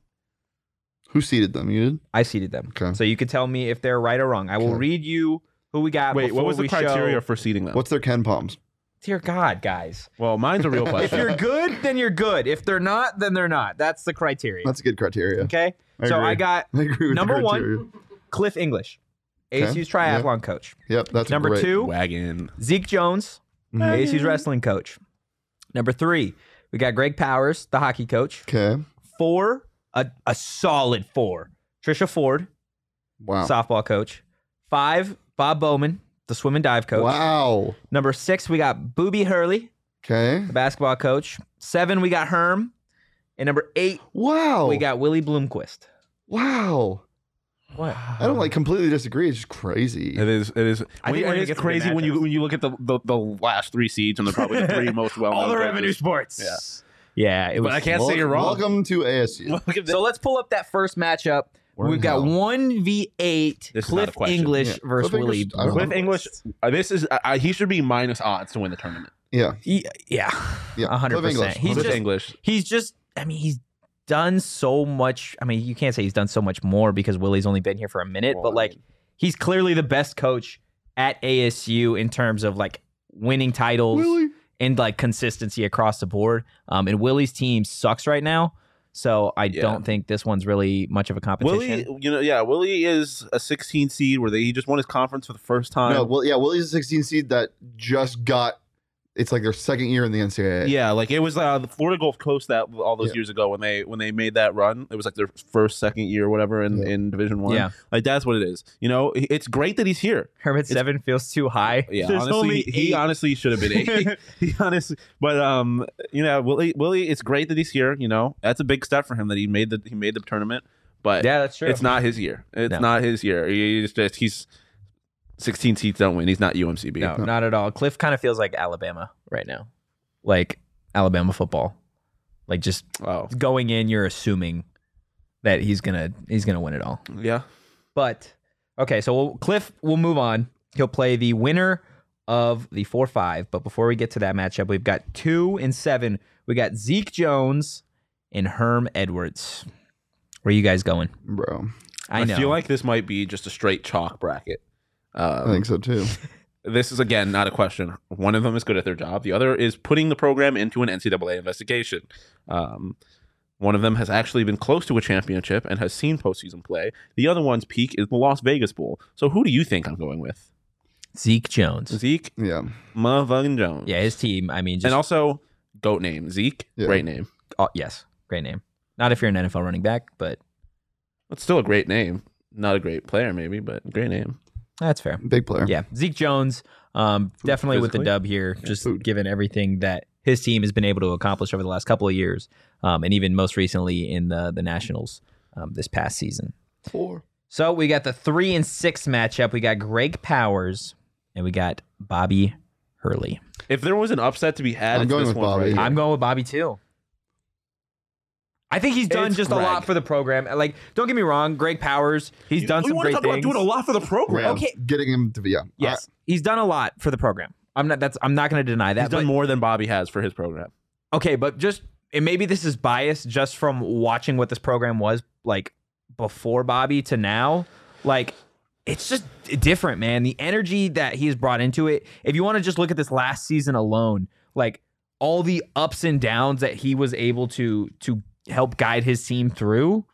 S2: Who seeded them? You did.
S1: I seeded them,
S2: Okay.
S1: so you could tell me if they're right or wrong. I will
S2: Okay.
S1: read you who we got.
S4: Wait,
S1: before
S4: what was the
S1: we
S4: criteria
S1: Show.
S4: for seeding them?
S2: What's their Ken Palms?
S1: Dear God, guys.
S4: well,
S2: [LAUGHS]
S4: mine's a real
S2: Uh,
S1: If
S4: question.
S1: you're good, then you're good. If they're not, then they're not. That's the criteria.
S2: That's a good criteria.
S1: okay.
S2: I
S1: so
S2: agree.
S1: I got
S2: [LAUGHS] I agree with
S1: Number
S2: the
S1: one.
S2: criteria.
S1: Cliff English,
S2: Okay.
S1: ASU's triathlon coach.
S2: Yep, that's
S1: Number
S2: great. Mhm.
S1: two,
S4: Wagon.
S1: Zeke Jones, ASU's wrestling coach. Number three, we got Greg Powers, the hockey coach.
S2: Okay.
S1: Four, a, a solid four, Trisha Ford.
S2: Wow.
S1: softball coach. Five, Bob Bowman, the swim and dive coach.
S2: Wow.
S1: Number six, we got Booby Hurley,
S2: Okay.
S1: the basketball coach. Seven, we got Herm. And number eight,
S2: Wow.
S1: we got Willie Bloomquist.
S2: Wow.
S1: What?
S2: I don't like completely disagree. It's just crazy.
S4: It is. It is.
S1: I
S4: When,
S1: think we're gonna
S4: it
S1: get
S4: is
S1: some good
S4: crazy when you
S1: matchups.
S4: when you look at the the, the last three seeds and they're probably
S1: [LAUGHS]
S4: the three most well known.
S1: All the revenue sports. Yeah. it
S4: But
S1: was-
S4: I can't say you're wrong.
S2: Welcome to ASU.
S4: Look at this.
S1: So let's pull up that first matchup.
S2: We're
S1: We've
S2: in
S1: got
S2: hell.
S1: one v eight.
S4: This is not a
S1: Cliff
S4: question.
S1: English
S2: Yeah.
S1: versus
S2: Cliff
S1: Willie.
S2: English- I don't
S4: Cliff
S2: know.
S4: English. uh, This is. I- I he should be minus odds to win the tournament.
S2: Yeah.
S1: He- yeah,
S2: Yeah.
S1: A hundred
S2: Cliff English.
S1: percent. He's
S4: Cliff
S1: just
S4: English.
S1: he's just. I mean, he's done so much. I mean, you can't say he's done so much more because Willie's only been here for a minute.
S4: Well,
S1: but
S4: I
S1: like, he's clearly the best coach at ASU in terms of like winning titles
S2: Willie.
S1: and like consistency across the board. Um, and Willie's team sucks right now. So I
S4: Yeah.
S1: don't think this one's really much of a competition.
S4: Willie, you know, yeah, Willie is a 16 seed where they, he just won his conference for the first time.
S2: No, well, yeah, Willie's a 16 seed that just got. It's like their second year in the NCAA.
S4: Yeah, like it was uh, the Florida Gulf Coast that all those
S2: Yeah.
S4: years ago when they when they made that run, it was like their first, second year, whatever, in,
S2: Yeah.
S4: in Division One.
S1: Yeah.
S4: like that's what it is. You know, i- it's great that he's here.
S1: Hermit Seven feels too high.
S4: Yeah,
S1: There's
S4: honestly,
S1: only
S4: he
S1: eight.
S4: honestly should have been eight. [LAUGHS] he honestly, but um, you know, Willie, Willie, it's great that he's here. You know, that's a big step for him that he made the he made the tournament. But
S1: yeah, that's true.
S4: it's not his year. It's
S1: No.
S4: not his year. He- He's just he's 16 seats don't win. He's not UMCB.
S1: No, not at all. Cliff kind of feels like Alabama right now, like Alabama football. Like just
S4: Oh,
S1: going in, you're assuming that he's gonna he's gonna win it all.
S4: yeah.
S1: But okay, so we'll, Cliff will move on. He'll play the winner of the four five. But before we get to that matchup, we've got two and seven. We got Zeke Jones and Herm Edwards. Where you guys going?
S2: Bro.
S1: I know.
S4: feel like this might be just a straight chalk bracket.
S2: I
S4: Um,
S2: think so too.
S4: this is again not a question. One of them is good at their job. The other is putting the program into an NCAA investigation. Um, one of them has actually been close to a championship and has seen postseason play. The other one's peak is the Las Vegas Bowl. So who do you think I'm going with?
S1: Zeke Jones.
S4: Zeke
S2: Yeah.
S4: motherfucking Jones.
S1: Yeah, his team. I mean, just
S4: and also goat name Zeke.
S2: Yeah.
S4: Great name.
S1: Oh, yes, great name. Not if you're an NFL running back, but
S4: It's still a great name. Not a great player, maybe, but great name.
S1: that's fair.
S2: Big player.
S1: Yeah, Zeke Jones, um, definitely with the
S4: physically?
S1: dub here, just
S2: food.
S1: given everything that his team has been able to accomplish over the last couple of years, um, and even most recently in the the Nationals um, this past season.
S2: Four.
S1: So we got the three and six matchup. We got Greg Powers and we got Bobby Hurley.
S4: If there was an upset to be had,
S2: I'm
S4: it's
S2: going
S4: this
S2: with
S4: one
S2: Bobby.
S4: right here.
S1: I'm going with Bobby too. I think he's done
S4: It's
S1: just
S4: Greg.
S1: a lot for the program. Like, don't get me wrong, Greg Powers, he's done
S4: we
S1: some
S4: want
S1: great
S4: to talk
S1: things.
S4: about doing a lot for the program.
S2: Yeah.
S1: Okay.
S2: Getting him to be yeah.
S1: Yes, he's done a lot for the program. I'm not. That's. I'm not going to deny that.
S4: He's done
S1: but-
S4: more than Bobby has for his program.
S1: okay, but just and maybe this is biased just from watching what this program was like before Bobby to now. Like, it's just different, man. The energy that he has brought into it. If you want to just look at this last season alone, like all the ups and downs that he was able to to help guide his team through.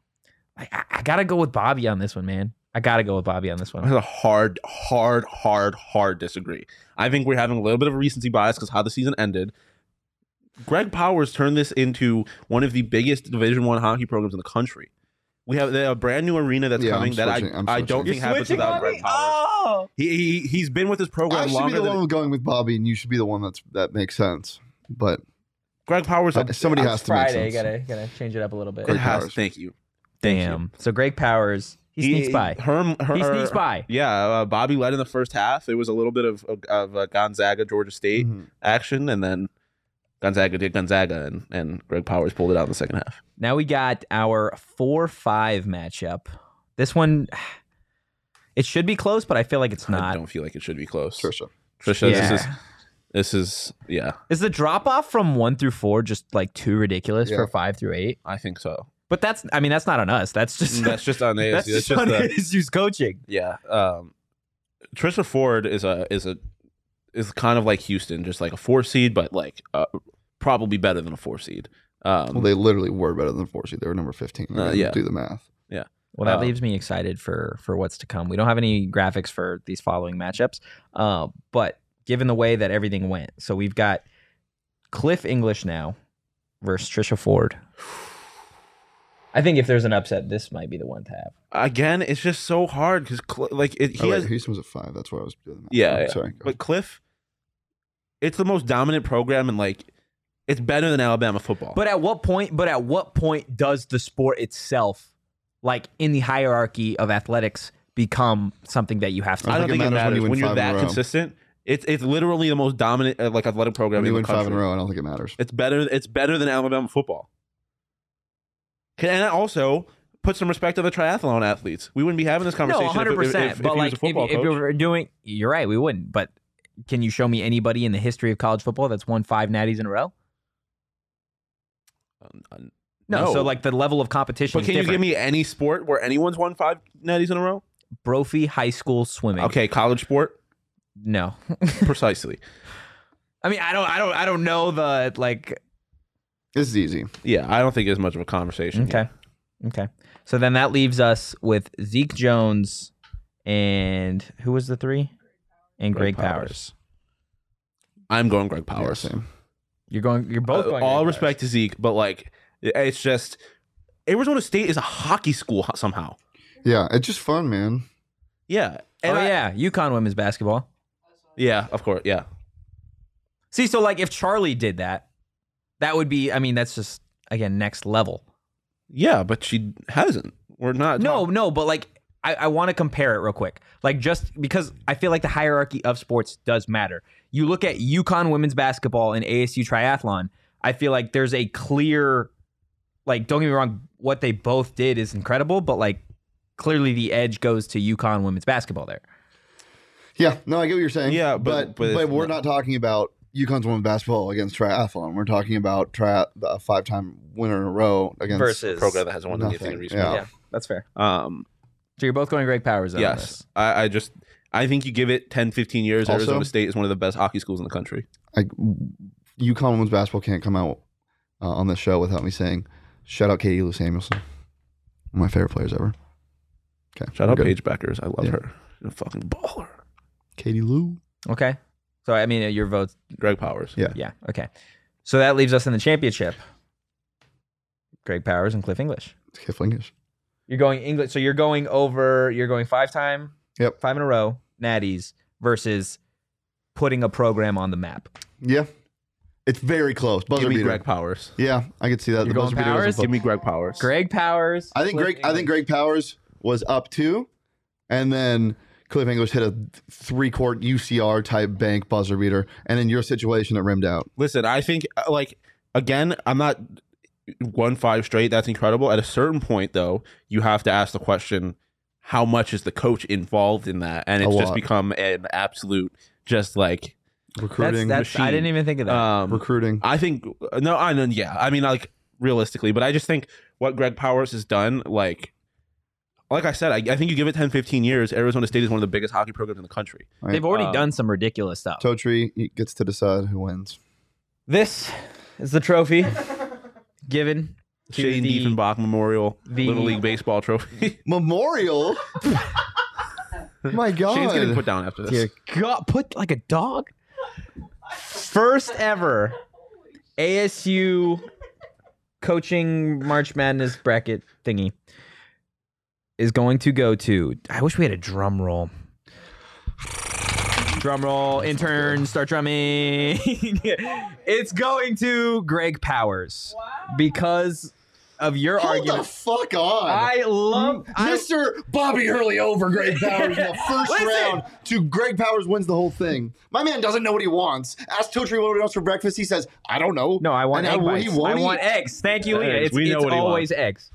S1: Like, I, I gotta go with Bobby on this one, man. I gotta go with Bobby on this one.
S4: [LAUGHS] That's a hard, hard, hard, hard disagree. I think we're having a little bit of a recency bias because how the season ended. Greg Powers turned this into one of the biggest Division One hockey programs in the country. We have they have a brand new arena that's
S2: Yeah, I'm
S4: coming that I,
S2: switching, I'm
S4: I
S2: switching.
S4: don't
S2: You're
S4: think happens
S5: Switching
S4: without
S5: on
S4: Greg
S5: me?
S4: Powers.
S5: Oh,
S4: He, he he's been with this
S2: I
S4: program
S2: should be
S4: longer
S2: the
S4: than
S2: one going with Bobby, and you should be the one that's that makes sense. But
S4: Greg Powers.
S2: uh, somebody has to
S1: Friday,
S2: make sense.
S1: gotta gotta change it up a little bit.
S4: It
S2: Greg
S4: has,
S2: Powers.
S4: thank you. Thank you.
S1: Damn. So Greg Powers, he, sneaks by.
S4: Herm, her,
S1: He
S4: [LAUGHS]
S1: sneaks by.
S4: Yeah, uh, Bobby led in the first half. It was a little bit of of, of uh, Gonzaga, Georgia State
S2: Mhm.
S4: action, and then Gonzaga did Gonzaga, and, and Greg Powers pulled it out in the second half.
S1: Now we got our four five matchup. This one, [SIGHS] it should be close, but I feel like it's
S4: I
S1: not.
S4: don't feel like it should be close.
S2: Trisha.
S4: Trisha,
S1: Yeah.
S4: this is this is yeah,
S1: Is the drop off from one through four just like too ridiculous
S2: Yeah.
S1: for five through eight?
S4: I
S1: [LAUGHS]
S4: think so.
S1: But that's, I mean, that's not on us. That's just [LAUGHS]
S4: That's just on ASU.
S1: that's
S4: That's
S1: just,
S4: just
S1: on [LAUGHS]
S4: the-
S1: ASU's coaching.
S4: yeah. Um, Trisha Ford is a is a is kind of like Houston, just like a four seed, but like uh, probably better than a four seed. Um,
S2: Well, they literally were better than four seed. They were number fifteen.
S4: Uh,
S2: yeah.
S4: yeah.
S2: Do the math.
S1: Well, that
S4: Um,
S1: leaves me excited for for what's to come. We don't have any graphics for these following matchups, uh, but given the way that everything went, so we've got Cliff English now versus Trisha Ford. [SIGHS] I think if there's an upset, this might be the one to have.
S4: Again, it's just so hard because like it,
S2: oh,
S4: he
S2: wait,
S4: has,
S2: Houston was at five. That's where I was doing that.
S4: Yeah,
S2: Oh,
S4: yeah.
S2: Sorry. go
S4: but Cliff, it's the most dominant program and like it's better than Alabama football.
S1: But at what point? But at what point does the sport itself, like in the hierarchy of athletics, become something that you have to?
S4: I don't
S2: think
S4: think
S2: it
S4: it
S2: matters
S4: matters
S2: when you win five
S4: when, you're
S2: in a
S4: that
S2: row.
S4: consistent. It's it's literally the most dominant uh, like athletic
S2: When
S4: program
S2: you
S4: in the
S2: win
S4: country.
S2: five in a row, I don't think it matters.
S4: It's better. It's better than Alabama football. Can- And also put some respect on the triathlon athletes. We wouldn't be having this
S1: No,
S4: conversation. if-
S1: hundred
S4: If, if,
S1: percent.
S4: if,
S1: But
S4: he was
S1: like,
S4: a
S1: if,
S4: football
S1: if you
S4: coach.
S1: were doing, you're right. We wouldn't. But can you show me anybody in the history of college football that's won five natties in a row?
S4: Um,
S1: No.
S4: No.
S1: So like the level of competition.
S4: but
S1: is
S4: can you
S1: different.
S4: give me any sport where anyone's won five natties in a row?
S1: Brophy high school swimming?
S4: Okay,
S1: [LAUGHS]
S4: college sport,
S1: No.
S4: precisely.
S1: I mean, I don't. I don't. I don't know the like.
S2: This is easy.
S4: Yeah, I don't think it's much of a conversation.
S1: Okay. Okay. So then that leaves us with Zeke Jones and who was the three? And Greg,
S4: Greg
S1: Powers.
S4: Powers. I'm going Greg
S2: Yeah,
S4: Powers.
S2: same.
S1: You're going. You're both.
S4: Uh,
S1: going
S4: all
S1: Greg
S4: respect to Zeke, but like, it- it's just Arizona State is a hockey school ho- somehow.
S2: Yeah, it's just fun, man.
S4: Yeah.
S1: Powers.
S4: And
S1: Oh
S4: I-
S1: yeah, UConn women's basketball.
S4: Yeah, of course. Yeah.
S1: See, so like if Charlie did that, that would be. I mean, that's just again next level.
S4: Yeah, but she hasn't. We're not.
S1: No, no, but like I, I want to compare it real quick. Like just because I feel like the hierarchy of sports does matter. You look at UConn women's basketball and ASU triathlon. I feel like there's a clear, like don't get me wrong, what they both did is incredible, but like clearly the edge goes to UConn women's basketball there.
S2: Yeah, no, I get what you're saying.
S4: Yeah,
S2: but
S4: but-
S2: but,
S4: but it's
S2: we're not
S4: not-
S2: talking about UConn's women's basketball against triathlon. We're talking about tri- a five-time winner in a row against
S4: a program that hasn't won
S2: nothing,
S4: anything in
S2: yeah.
S4: recent.
S1: yeah, that's fair.
S4: Um,
S1: So you're both going Greg Powers. Then on
S4: yes,
S1: this.
S4: I, I just I think you give it 10, 15 years.
S2: Also-
S4: Arizona State is one of the best hockey schools in the country.
S2: like UConn women's basketball can't come out uh, on this show without me saying, "Shout out Katie Lou Samuelson, one of my favorite players ever." Okay,
S4: Shout
S2: we're
S4: out
S2: good.
S4: Paige Beckers. I love
S2: Yeah.
S4: her. She's a fucking baller.
S2: Katie Lou.
S1: Okay. So I mean, your votes.
S4: Greg Powers.
S2: Yeah.
S1: Yeah. Okay. So that leaves us in the championship. Greg Powers and Cliff English.
S2: Kiflingish.
S1: You're going English. So you're going over. You're going five time.
S2: Yep.
S1: Five in a row. Natties versus putting a program on the map.
S2: Uh, Yeah, it's very close. Buzzer
S4: Give me
S2: beater.
S4: Greg Powers.
S2: Yeah, I could see that.
S1: You're
S2: the
S1: going
S2: buzzer beater
S1: Powers?
S2: was
S4: Give me Greg Powers.
S1: Greg Powers.
S2: I think Greg.
S1: Cliff
S2: I think
S1: English.
S2: Greg Powers was up two, and then Cliff English hit a three-court UCR type bank buzzer beater, and in your situation, it rimmed out.
S4: Listen, I think uh, like again, I'm not one five straight. That's incredible. At a certain point, though, you have to ask the question: How much is the coach involved in that? And
S2: A
S4: it's just
S2: lot.
S4: become an absolute, just like
S2: Recruiting, Uh,
S1: That's, that's, I
S4: machine.
S1: didn't even think of that.
S4: um,
S2: recruiting.
S4: I think no, I know. Yeah, I mean, like realistically, but I just think what Greg Powers has done, like, like I said, I, I think you give it 10, 15 years, Arizona State is one of the biggest hockey programs in the country.
S1: They've already
S2: uh,
S4: um,
S1: done some ridiculous stuff.
S2: Toe tree he gets to decide who wins.
S1: this is the
S2: [LAUGHS]
S1: trophy given to
S4: Shane
S1: the-
S4: Diefenbach Memorial
S1: the-
S4: Little League Baseball Trophy.
S2: Memorial. [LAUGHS] My God.
S4: Shane's getting put down after
S1: Dear
S4: this.
S1: God, put like a dog. First ever ASU coaching March Madness bracket thingy is going to go to. I wish we had a drum roll. Drum roll, intern, start drumming. [LAUGHS] it's going to Greg Powers because of your
S2: Hold the
S1: argument.
S2: fuck on.
S1: I love. I,
S2: Mr. Bobby Hurley over Greg
S1: [LAUGHS]
S2: Powers in the first
S1: Listen.
S2: round to Greg Powers wins the whole thing. My man doesn't know what he wants. Ask Totri what he wants for breakfast. He says, I don't know.
S1: no, I want
S2: And
S1: egg
S2: what
S1: bites.
S2: he
S1: I
S2: won't
S1: want
S2: eat.
S1: eggs. Thank you, Leah.
S4: Eggs.
S1: It's,
S4: We know
S1: it's
S4: what he
S1: always eggs.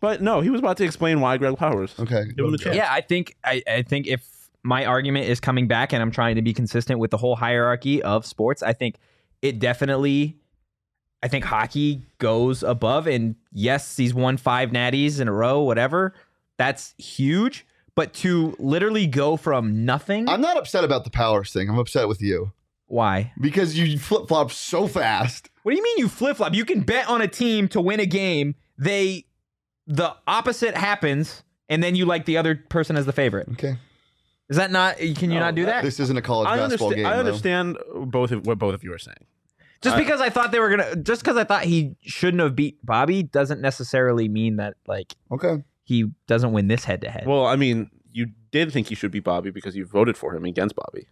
S4: But no, he was about to explain why Greg Powers.
S2: Okay.
S4: Give him a chance.
S1: yeah i think I, I think if my argument is coming back and i'm trying to be consistent with the whole hierarchy of sports i think it definitely i think hockey goes above and yes he's won five natties in a row whatever that's huge but to literally go from nothing
S2: I'm not upset about the Powers thing. I'm upset with you
S1: why
S2: because you flip flop so fast.
S1: What do you mean you flip flop? You can bet on a team to win a game. They, the opposite happens, and then you like the other person as the favorite.
S2: Okay.
S1: Is that not? Can you
S4: No,
S1: not do that?
S2: This isn't a college
S4: I
S2: basketball
S4: understand.
S2: game.
S4: I
S2: though.
S4: understand both of what both of you are saying.
S1: Just
S4: I-
S1: because I thought they were gonna, just because I thought he shouldn't have beat Bobby, doesn't necessarily mean that like
S2: Okay.
S1: he doesn't win this head to head.
S4: Well, I mean, you did think he should be Bobby because you voted for him against Bobby.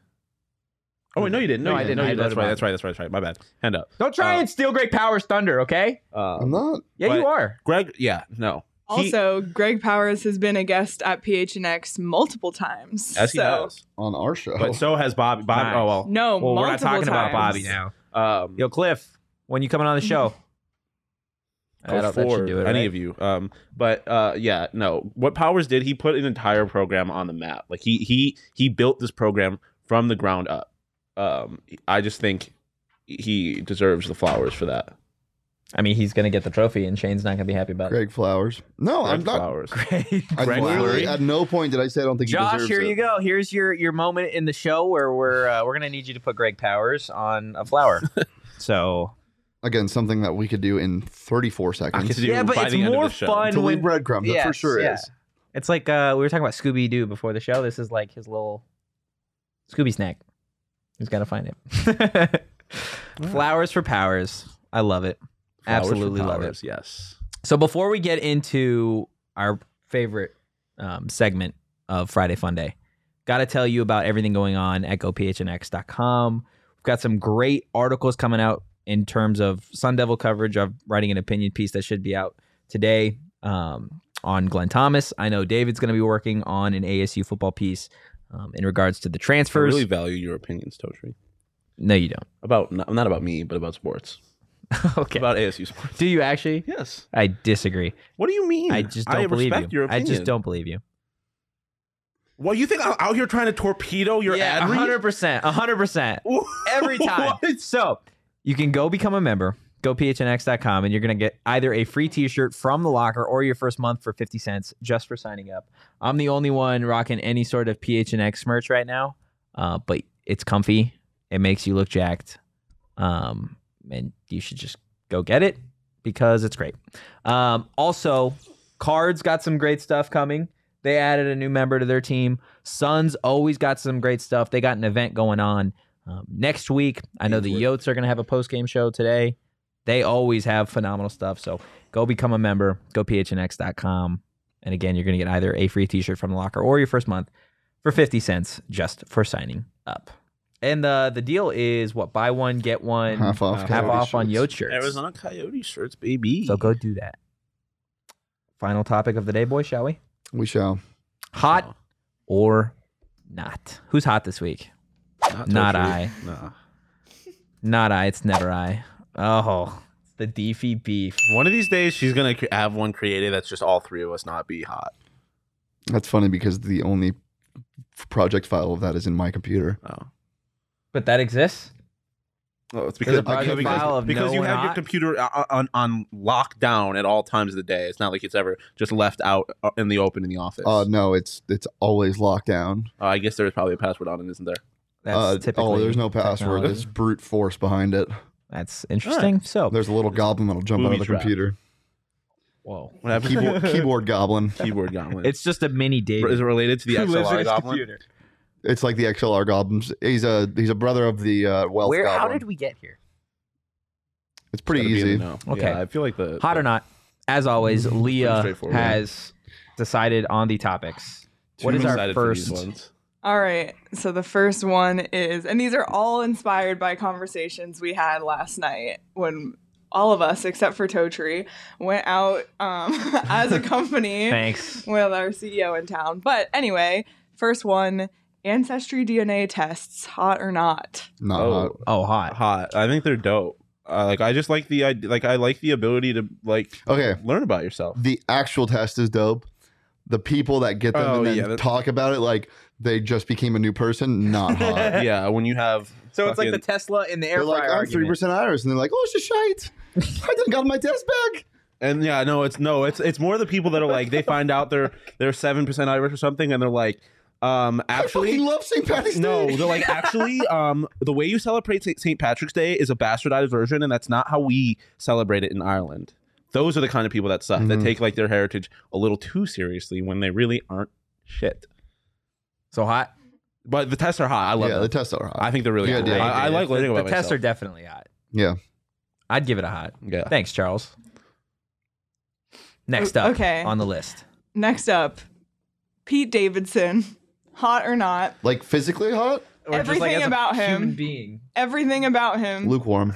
S4: Oh wait, no, you didn't. No,
S1: No,
S4: you
S1: I
S4: didn't.
S1: didn't. I
S4: No, you- that's
S1: voted
S4: right.
S1: Bobby.
S4: That's right. That's right. That's right. My bad. Hand up.
S1: Don't try
S4: uh,
S1: and steal Great Powers thunder, okay?
S4: Um,
S2: I'm not.
S1: Yeah, you
S4: but-
S1: are.
S4: Greg. Yeah. No. He-
S5: oh. Also, Greg Powers has been a guest at PHNX multiple times.
S4: as he
S5: so-
S4: has,
S2: on our show.
S4: but so has Bobby. Bob.
S1: Nice.
S4: Oh well.
S5: No,
S1: Well, we're not
S5: multiple
S1: talking about
S5: times.
S1: Bobby now.
S4: Um,
S1: Yo, Cliff, when you coming on the show?
S4: go
S1: That'll- that should
S4: forward,
S1: do it,
S4: any
S1: right?
S4: of you. Um, but uh, yeah, no. What Powers did, he put an entire program on the map. Like he he he built this program from the ground up. Um, I just think he deserves the flowers for that.
S1: [LAUGHS] I mean, he's gonna get the trophy, and Shane's not gonna be happy about
S2: Greg Flowers. No, Oh, I'm
S4: Greg
S2: not.
S4: Flowers.
S1: it. Great.
S2: I
S4: Greg
S2: literally,
S4: Fleury?
S2: at no point did I say I don't think he
S1: Josh,
S2: deserves
S1: here
S2: it.
S1: you go. Here's your your moment in the show where we're uh, we're gonna need you to put Greg Powers on a flower. so
S2: Again, something that we could do in 34
S4: I could
S2: seconds.
S4: do
S1: yeah, but
S4: by
S1: it's
S4: the end of
S1: more
S4: the show.
S1: fun
S2: To leave
S1: when
S2: breadcrumbs, that for
S1: Yes,
S2: sure
S1: yeah.
S2: is.
S1: it's like uh, we were talking about Scooby Doo before the show. This is like his little Scooby snack. He's gotta find it. [LAUGHS] Flowers for powers. I love it.
S4: Flowers for
S1: Absolutely love it.
S4: Powers, Yes.
S1: So before we get into our favorite um, segment of Friday Fun Day, got to tell you about everything going on at gophnx.com. We've got some great articles coming out in terms of Sun Devil coverage. I'm writing an opinion piece that should be out today um, on Glenn Thomas. I know David's going to be working on an ASU football piece um, in regards to the
S4: I
S1: transfers.
S4: really value your opinions, Totri.
S1: no, you
S4: [LAUGHS]
S1: don't.
S4: About not, not about me, but about sports.
S1: okay.
S4: About ASU sports.
S1: Do you actually?
S4: Yes.
S1: I disagree.
S4: What do you mean?
S1: I just don't believe you.
S4: respect Your
S1: I
S4: opinion.
S1: just don't believe you.
S4: Well, you think I'm out here trying to torpedo your
S1: yeah,
S4: ad read? [LAUGHS]
S1: 100%. 100%. every time.
S4: What?
S1: So you can go become a member, go phnx.com, and you're going to get either a free t shirt from the locker or your first month for 50 cents just for signing up. I'm the only one rocking any sort of PHNX merch right now, uh, but it's comfy. It makes you look jacked. Um, and you should just go get it because it's great. Um, also, Cards got some great stuff coming. They added a new member to their team. Suns always got some great stuff. They got an event going on um, next week. I know the Yotes are going to have a post game show today. They always have phenomenal stuff. So go become a member. Go phnx.com. And again, you're going to get either a free t shirt from the locker or your first month for 50 cents just for signing up. And uh, the, the deal is what? Buy one, get one,
S2: Half off
S4: Uh,
S1: half
S2: Coyote
S1: off on
S2: shirts.
S1: Yote shirts.
S4: Arizona Coyote shirts, baby.
S1: So go do that. Final topic of the day, boys, shall we?
S2: We shall.
S1: Hot or not? Who's hot this week?
S4: not,
S1: Not
S4: Totri.
S1: I.
S4: Nah.
S1: Not I. It's never I. Oh, it's the beefy beef.
S4: One of these days, she's gonna cre- have one created that's just all three of us not be hot.
S2: That's funny because the only f- project file of that is in my computer.
S4: Oh.
S1: But that exists.
S2: Oh, it's
S1: because- There's a
S2: I
S1: project
S2: can't-
S1: file.
S4: because,
S1: of
S4: because
S1: no
S4: you
S1: or
S4: have your
S1: not?
S4: computer o- on, on lockdown at all times of the day. It's not like it's ever just left out uh, in the open in the office.
S2: Uh, no, it's it's always locked down.
S4: Uh, I guess there's probably a password on it, isn't there?
S1: That's
S2: Uh,
S1: typically.
S2: oh, there's no password.
S1: technology.
S2: There's brute force behind it.
S1: That's interesting. So,
S2: There's a little goblin that'll jump out
S4: booby
S2: of the
S4: trap.
S2: computer.
S1: whoa,
S4: What happened? [LAUGHS]
S2: Keyboard, keyboard goblin.
S4: Keyboard goblin.
S1: it's just a mini David.
S4: is it related [LAUGHS] to the
S1: Who lives in
S4: XLR
S1: his
S4: goblin?
S1: computer?
S2: It's like the XLR goblins. He's a he's a brother of the uh, wealth
S1: Where?
S2: goblin.
S1: How did we get here?
S2: it's pretty
S4: Gotta be in the
S2: easy.
S4: know.
S1: Okay.
S4: Yeah, I feel like the
S1: Hot or not? As always, Leah
S4: straightforward.
S1: has decided on the topics.
S4: the-
S1: What
S4: too
S1: is our
S4: excited for these
S1: first?
S4: ones.
S5: All right. So the first one is, and these are all inspired by conversations we had last night when all of us, except for Totri, went out um, [LAUGHS]
S1: [LAUGHS]
S5: as a company
S1: Thanks.
S5: with our CEO in town. But anyway, first one ancestry DNA tests, hot or not?
S2: Not hot.
S4: Oh,
S1: Oh, hot.
S4: hot. I think they're dope. Uh, like I just like the idea. Like I like the ability to like
S2: Okay,
S4: learn
S2: [LAUGHS]
S4: about yourself.
S2: the actual test is dope. The people that get them
S4: Oh,
S2: and then
S4: yeah, that-
S2: talk about it like they just became a new person,
S4: [LAUGHS]
S2: not hot.
S4: yeah, when you have
S1: So it's like the
S4: fucking-
S1: Tesla in the air fryer
S2: they're like, I'm three
S1: argument.
S2: percent Irish, and they're like, oh, it's just shite. I didn't got my test back.
S4: and yeah, no, it's no, it's it's more the people that are like they find out they're they're seven percent Irish or something, and they're like, um,
S2: I
S4: actually.
S2: fucking love St. Patty's
S4: No,
S2: Day.
S4: they're like actually, um, the way you celebrate St. Patrick's Day is a bastardized version, and that's not how we celebrate it in Ireland. Those are the kind of people that suck that
S2: Mhm.
S4: take like their heritage a little too seriously when they really aren't shit.
S1: so hot.
S4: But the tests are hot. I love
S2: yeah,
S4: them.
S2: the tests are hot.
S4: I think they're really
S2: Yeah,
S4: cool.
S2: yeah,
S4: I, I like learning
S1: the,
S4: about
S1: the tests
S4: myself.
S1: are definitely hot.
S2: Yeah.
S1: I'd give it a hot.
S4: Yeah.
S1: Thanks, Charles. Next
S5: O-
S1: up
S5: okay.
S1: on the list.
S5: Next up, Pete Davidson. [LAUGHS] Hot or not,
S2: Like physically hot,
S1: Or just, like,
S5: Everything
S1: as a
S5: about him.
S1: Human being.
S5: everything about him.
S2: lukewarm.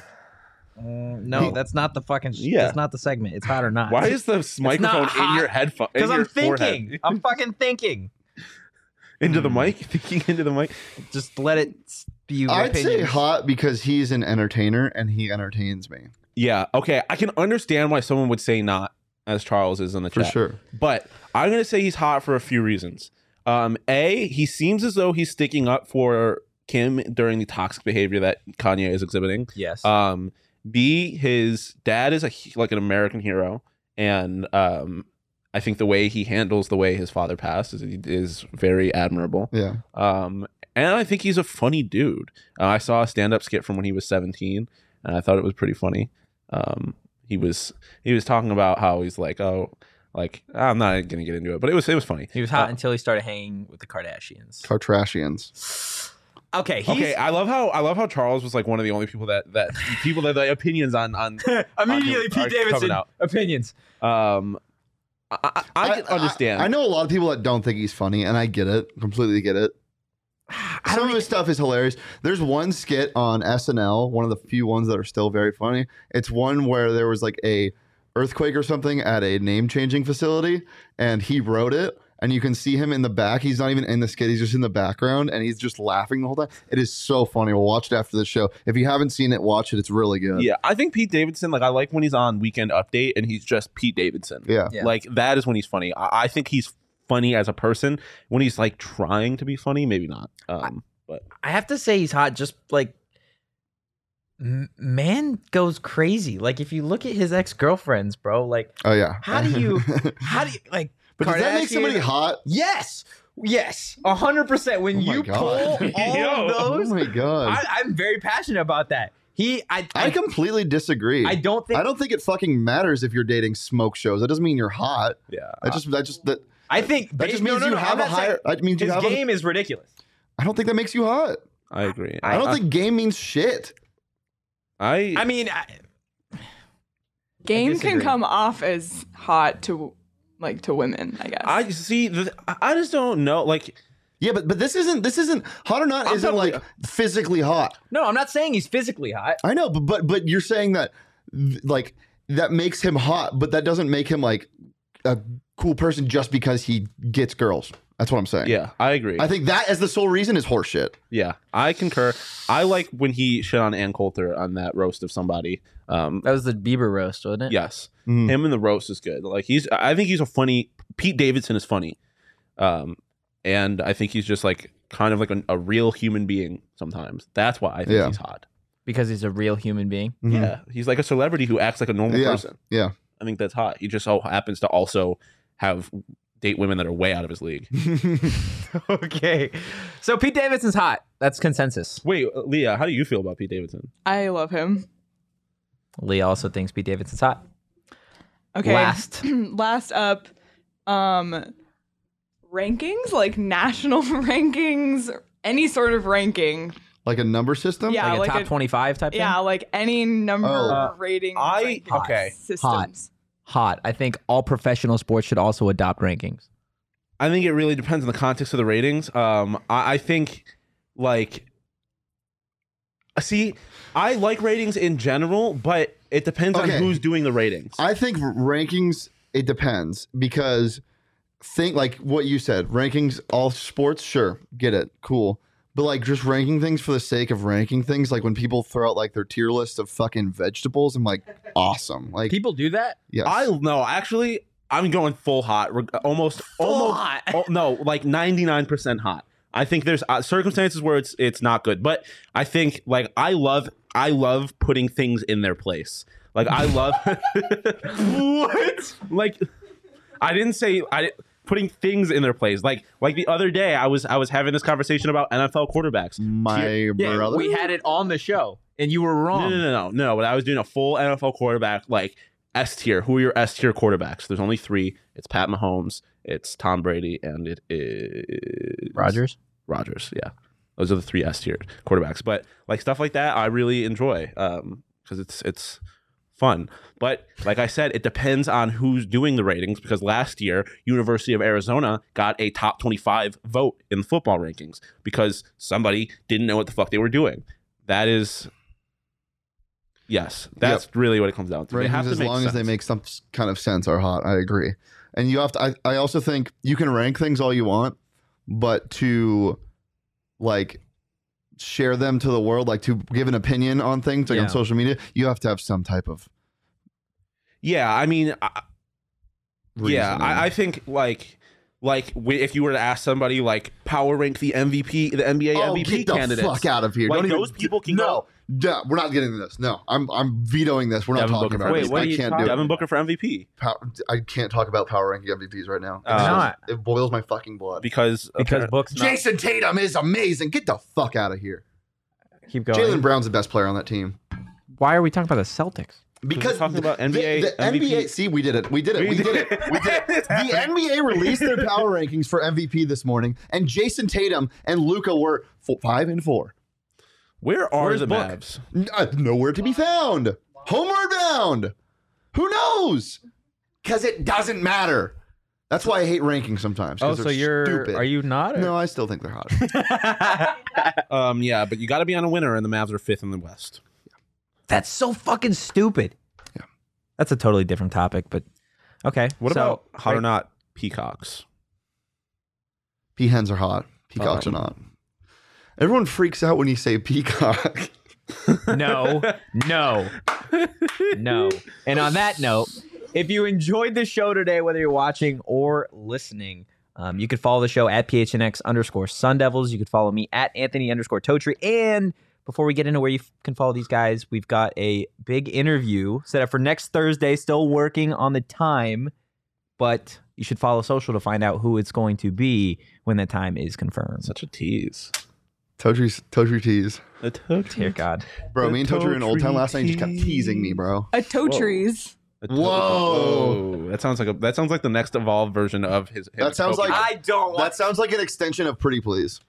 S1: Uh, no, that's not the fucking.
S4: Yeah.
S1: That's not the segment. It's hot or not.
S4: Why is this microphone in
S1: hot.
S4: your headphone?
S1: Because I'm thinking. I'm fucking thinking.
S4: into
S2: Hmm.
S4: the mic, [LAUGHS] thinking into the mic.
S1: Just let it be your
S2: I'd say
S1: opinions.
S2: hot because he's an entertainer and he entertains me
S4: Yeah. Okay. I can understand why someone would say not, as Charles is in the
S2: for
S4: chat.
S2: sure.
S4: But I'm going to say he's hot for a few reasons. Um, a, he seems as though he's sticking up for Kim during the toxic behavior that Kanye is exhibiting.
S1: Yes.
S4: Um, B, his dad is a he- like an American hero, and um, I think the way he handles the way his father passed is, is very admirable.
S2: Yeah.
S4: Um, and I think he's a funny dude. Uh, I saw a stand-up skit from when he was 17, and I thought it was pretty funny. Um, he was he was talking about how he's like, oh, like I'm not gonna get into it, but it was it was funny.
S1: he was hot
S4: Uh,
S1: until he started hanging with the Kardashians.
S2: Cartrashians.
S1: okay. He's,
S4: Okay, I love how I love how Charles was like one of the only people that that people that the opinions on on
S1: [LAUGHS] Immediately,
S4: Are
S1: Pete
S4: coming
S1: Davidson
S4: out.
S1: opinions.
S4: um. I, I, I can understand.
S2: I, know a lot of people that don't think he's funny, and I get it. Completely
S1: [SIGHS]
S2: get it. Some of his stuff is hilarious. There's one skit on SNL, one of the few ones that are still very funny. It's one where there was like a earthquake or something at a name changing facility, and he wrote it. And you can see him in the back. He's not even in the skit. He's just in the background, and he's just laughing the whole time. It is so funny. We'll watch it after the show. If you haven't seen it, watch it. It's really good.
S4: Yeah, I think Pete Davidson. Like, I like when he's on Weekend Update and he's just Pete Davidson.
S2: Yeah.
S1: Yeah.
S4: like that is when he's funny. I, I think he's funny as a person. When he's like trying to be funny, maybe not. Um,
S1: I have to say he's hot. Just like m- man goes crazy. Like if you look at his ex girlfriends, bro. Like
S2: Oh yeah.
S1: How do
S2: [LAUGHS]
S1: you-
S2: but
S1: how do you like?
S2: does that make
S1: Kardashian-
S2: somebody hot?
S1: Yes, yes, a hundred percent. When
S2: Oh my
S1: you
S2: God. [LAUGHS]
S1: pull all
S4: Yo.
S1: of
S2: Oh
S1: those,
S2: my god.
S1: I, I'm very passionate about that. He, I,
S2: I
S1: I,
S2: completely disagree.
S1: I don't think.
S2: I don't think it fucking matters if you're dating smoke shows. That doesn't mean you're hot.
S4: yeah,
S2: That just that just that,
S1: I think
S2: that just
S1: no,
S2: means
S1: Uh, no, no,
S2: you
S1: I'm
S2: have a
S1: not saying-
S2: higher. That means you
S1: His
S2: have. A,
S1: game is ridiculous.
S2: I don't think that makes you hot.
S4: I agree.
S2: I,
S1: uh,
S2: don't think game means shit.
S4: I.
S1: I mean, I, I
S5: Game
S1: disagree.
S5: can come off as hot to like to women, I guess.
S4: I see. The, I- I just don't know. Like,
S2: Yeah, but but this isn't this isn't hot or not
S1: I'm
S2: isn't
S1: totally-
S2: like physically hot.
S1: no, I'm not saying he's physically hot.
S2: I know, but but but you're saying that th- like that makes him hot, but that doesn't make him like a cool person just because he gets girls. That's what I'm saying.
S4: yeah, I agree.
S2: I think that as the sole reason is horseshit.
S4: yeah, I concur. I like when he shit on Ann Coulter on that roast of somebody. Um,
S1: was the Bieber roast, wasn't it?
S4: yes,
S2: Mm.
S4: him and the roast is good. Like he's, I think he's a funny. Pete Davidson is funny, um, and I think he's just like kind of like an, a real human being. Sometimes that's why I think
S2: Yeah.
S4: he's hot.
S1: because he's a real human being.
S2: Mhm.
S4: Yeah, he's like a celebrity who acts like a normal
S2: Yeah,
S4: person.
S2: yeah.
S4: I think that's hot. He just so happens to also have date women that are way out of
S2: [LAUGHS]
S4: his league.
S1: [LAUGHS] okay, so Pete Davidson's hot. That's consensus.
S4: Wait, uh, Leah, how do you feel about Pete Davidson?
S5: I love him.
S1: Lee also thinks Pete Davidson's hot.
S5: Okay.
S1: Last.
S5: [CLEARS THROAT] last up, um rankings, like national [LAUGHS] rankings, any sort of ranking.
S2: Like a number system.
S5: Yeah,
S1: like a
S5: like
S1: top
S5: a-
S1: 25 type
S5: Yeah,
S1: thing?
S5: like any number
S2: Oh.
S5: rating
S4: I-
S5: ranking
S4: okay.
S5: systems.
S1: Hot. I think all professional sports should also adopt rankings.
S4: I think it really depends on the context of the ratings. Um, I, I think like see, I like ratings in general, but it depends
S2: Okay.
S4: on who's doing the ratings.
S2: I think r- rankings it depends because think like what you said, rankings all sports, sure, get it, cool. But like just ranking things for the sake of ranking things, like when people throw out like their tier list of fucking vegetables, I'm like, awesome. Like
S1: People do that?
S2: yes.
S4: I no, actually, I'm going full hot, reg- almost, almost,
S1: hot.
S4: oh, no, like 99 percent hot. I think there's uh, circumstances where it's it's not good, but I think like I love I love putting things in their place. Like I love [LAUGHS] what? Like I didn't say I di- putting things in their place. Like like the other day, I was I was having this conversation about NFL quarterbacks.
S2: my brother.
S1: we had it on the show, and you were
S4: No,
S1: wrong.
S4: no, no, no, no. But I was doing a full NFL quarterback, like S tier. Who are your S tier quarterbacks? There's only three. It's Pat Mahomes, it's Tom Brady, and it is
S1: Rogers?
S4: Rogers. Yeah, those are the three S tier quarterbacks. But like stuff like that, I really enjoy. Um, because it's it's fun. But like I said, it depends on who's doing the ratings because last year University of Arizona got a top 25 vote in football rankings because somebody didn't know what the fuck they were doing. That is yes, that's really what it comes down to. They have
S2: Rankings
S4: to
S2: as
S4: make
S2: long as they
S4: sense.
S2: make some s- kind of sense are hot. I agree. And you have to. I, I also think you can rank things all you want, but to like share them to the world, like to give an opinion on things like
S1: Yeah.
S2: on social media, you have to have some type of
S4: Yeah, I mean, I, yeah,
S2: reasoning.
S4: I, I think like like wi- if you were to ask somebody like power rank the MVP, the NBA
S2: oh,
S4: MVP
S2: get the
S4: candidates.
S2: fuck out of here.
S4: Like,
S2: Don't even-
S4: those people can
S2: no.
S4: go-
S2: No, we're not getting this. No, I'm I'm vetoing this. We're not
S4: Devin
S2: talking
S4: Booker.
S2: about
S4: Wait,
S2: this.
S4: what are
S2: I
S4: you
S2: can't
S5: talking
S2: do it.
S4: Devin Booker for MVP
S2: Pow- I can't talk about power ranking MVPs right now.
S4: Uh,
S2: It's
S4: Why
S2: just- it boils my fucking blood.
S4: because
S1: because
S4: apparent-
S1: books not,
S2: Jason Tatum is amazing. Get the fuck out of here.
S1: keep
S2: Jalen
S1: going.
S2: Brown's the best player on that team.
S1: Why are we talking about the Celtics?
S2: Because
S4: talking about
S2: the-
S4: NBA
S2: the, NBA.
S4: MVP.
S2: See, we did it. We did it. We, did, it. We did it.
S4: It's
S2: The NBA released their power rankings for MVP this morning, and Jason Tatum and Luca were four, five and four.
S4: where are
S1: Where's
S4: the
S1: Book?
S4: Mavs?
S2: N- uh, nowhere to be found. Homeward bound. Who knows? Because it doesn't matter. That's why I hate rankings sometimes. 'cause
S3: Oh, so
S2: they're
S3: you're
S2: stupid.
S3: are you not? or-
S2: No, I still think they're hot.
S4: Um, yeah, but you got to be on a winner, and the Mavs are fifth in the West.
S3: That's so fucking stupid.
S2: Yeah.
S3: That's a totally different topic, but okay.
S4: What
S3: so,
S4: about hot or not peacocks?
S2: Peahens are hot. Peacocks
S4: Um,
S2: are not. Everyone freaks out when you say peacock. [LAUGHS]
S3: No, no, no.
S1: And on that note, if you enjoyed the show today, whether you're watching or listening, um, you could follow the show at PHNX underscore Sun Devils. You could follow me at Anthony underscore Totri. And before we get into where you f- can follow these guys, we've got a big interview set up for next Thursday. Still working on the time, but you should follow social to find out who it's going to be when that time is confirmed.
S4: Such a tease.
S2: Totri's Totri tease.
S4: A toad
S3: Dear God.
S2: Bro,
S4: The
S2: me and Totri were in Old Town last night. You just kept
S4: Totri
S2: teasing me, bro.
S5: A toe trees.
S4: A
S2: Whoa.
S4: Whoa. That sounds like a that sounds like the next evolved version of his. him
S2: That sounds
S4: poking-
S2: like
S1: don't
S2: that sounds like an extension of Pretty Please.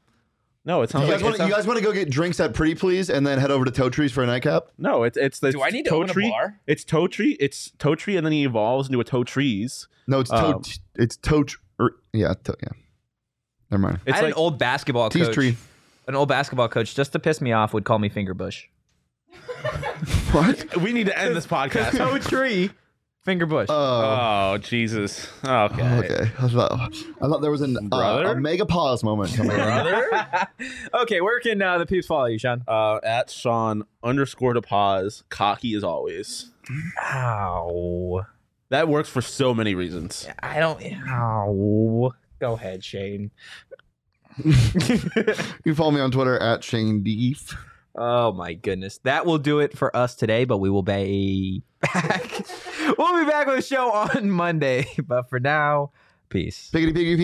S4: no. It
S2: You
S4: sounds
S2: guys,
S4: like it
S2: want,
S4: sounds-
S2: you guys want to go get drinks at Pretty Please and then head over to Totri's for a nightcap?
S4: no. It's it's the
S6: Do I need to
S4: toe
S6: open a
S4: tree.
S6: bar?
S4: It's toe tree. It's toe tree, and then he evolves into a toe trees.
S2: No, it's
S4: Um,
S2: Tot. It's Totri. Yeah, to, yeah. Never mind.
S4: It's
S1: I had
S4: like
S1: an old basketball
S2: Tease
S1: coach.
S2: tree.
S1: An old basketball coach, just to piss me off, would call me Fingerbush.
S2: What?
S4: [LAUGHS] we need to
S1: [LAUGHS]
S4: end this podcast.
S3: Toe tree, finger bush.
S1: Uh,
S2: Oh,
S4: oh Jesus. Okay.
S2: okay. I thought, I thought there was an, uh,
S4: Brother?
S2: a mega pause moment.
S1: okay, where can uh, the peeps follow you, Sean?
S4: Uh, at Sean underscore to pause. Cocky as always.
S3: Ow.
S4: That works for so many reasons.
S3: I don't. Ow. Go ahead, Shane.
S2: you follow me on Twitter at Shane Deef.
S1: Oh my goodness. That will do it for us today, but we will be [LAUGHS] back. we'll be back with the show on Monday. [LAUGHS] But for now, peace.
S2: Piggity, piggity,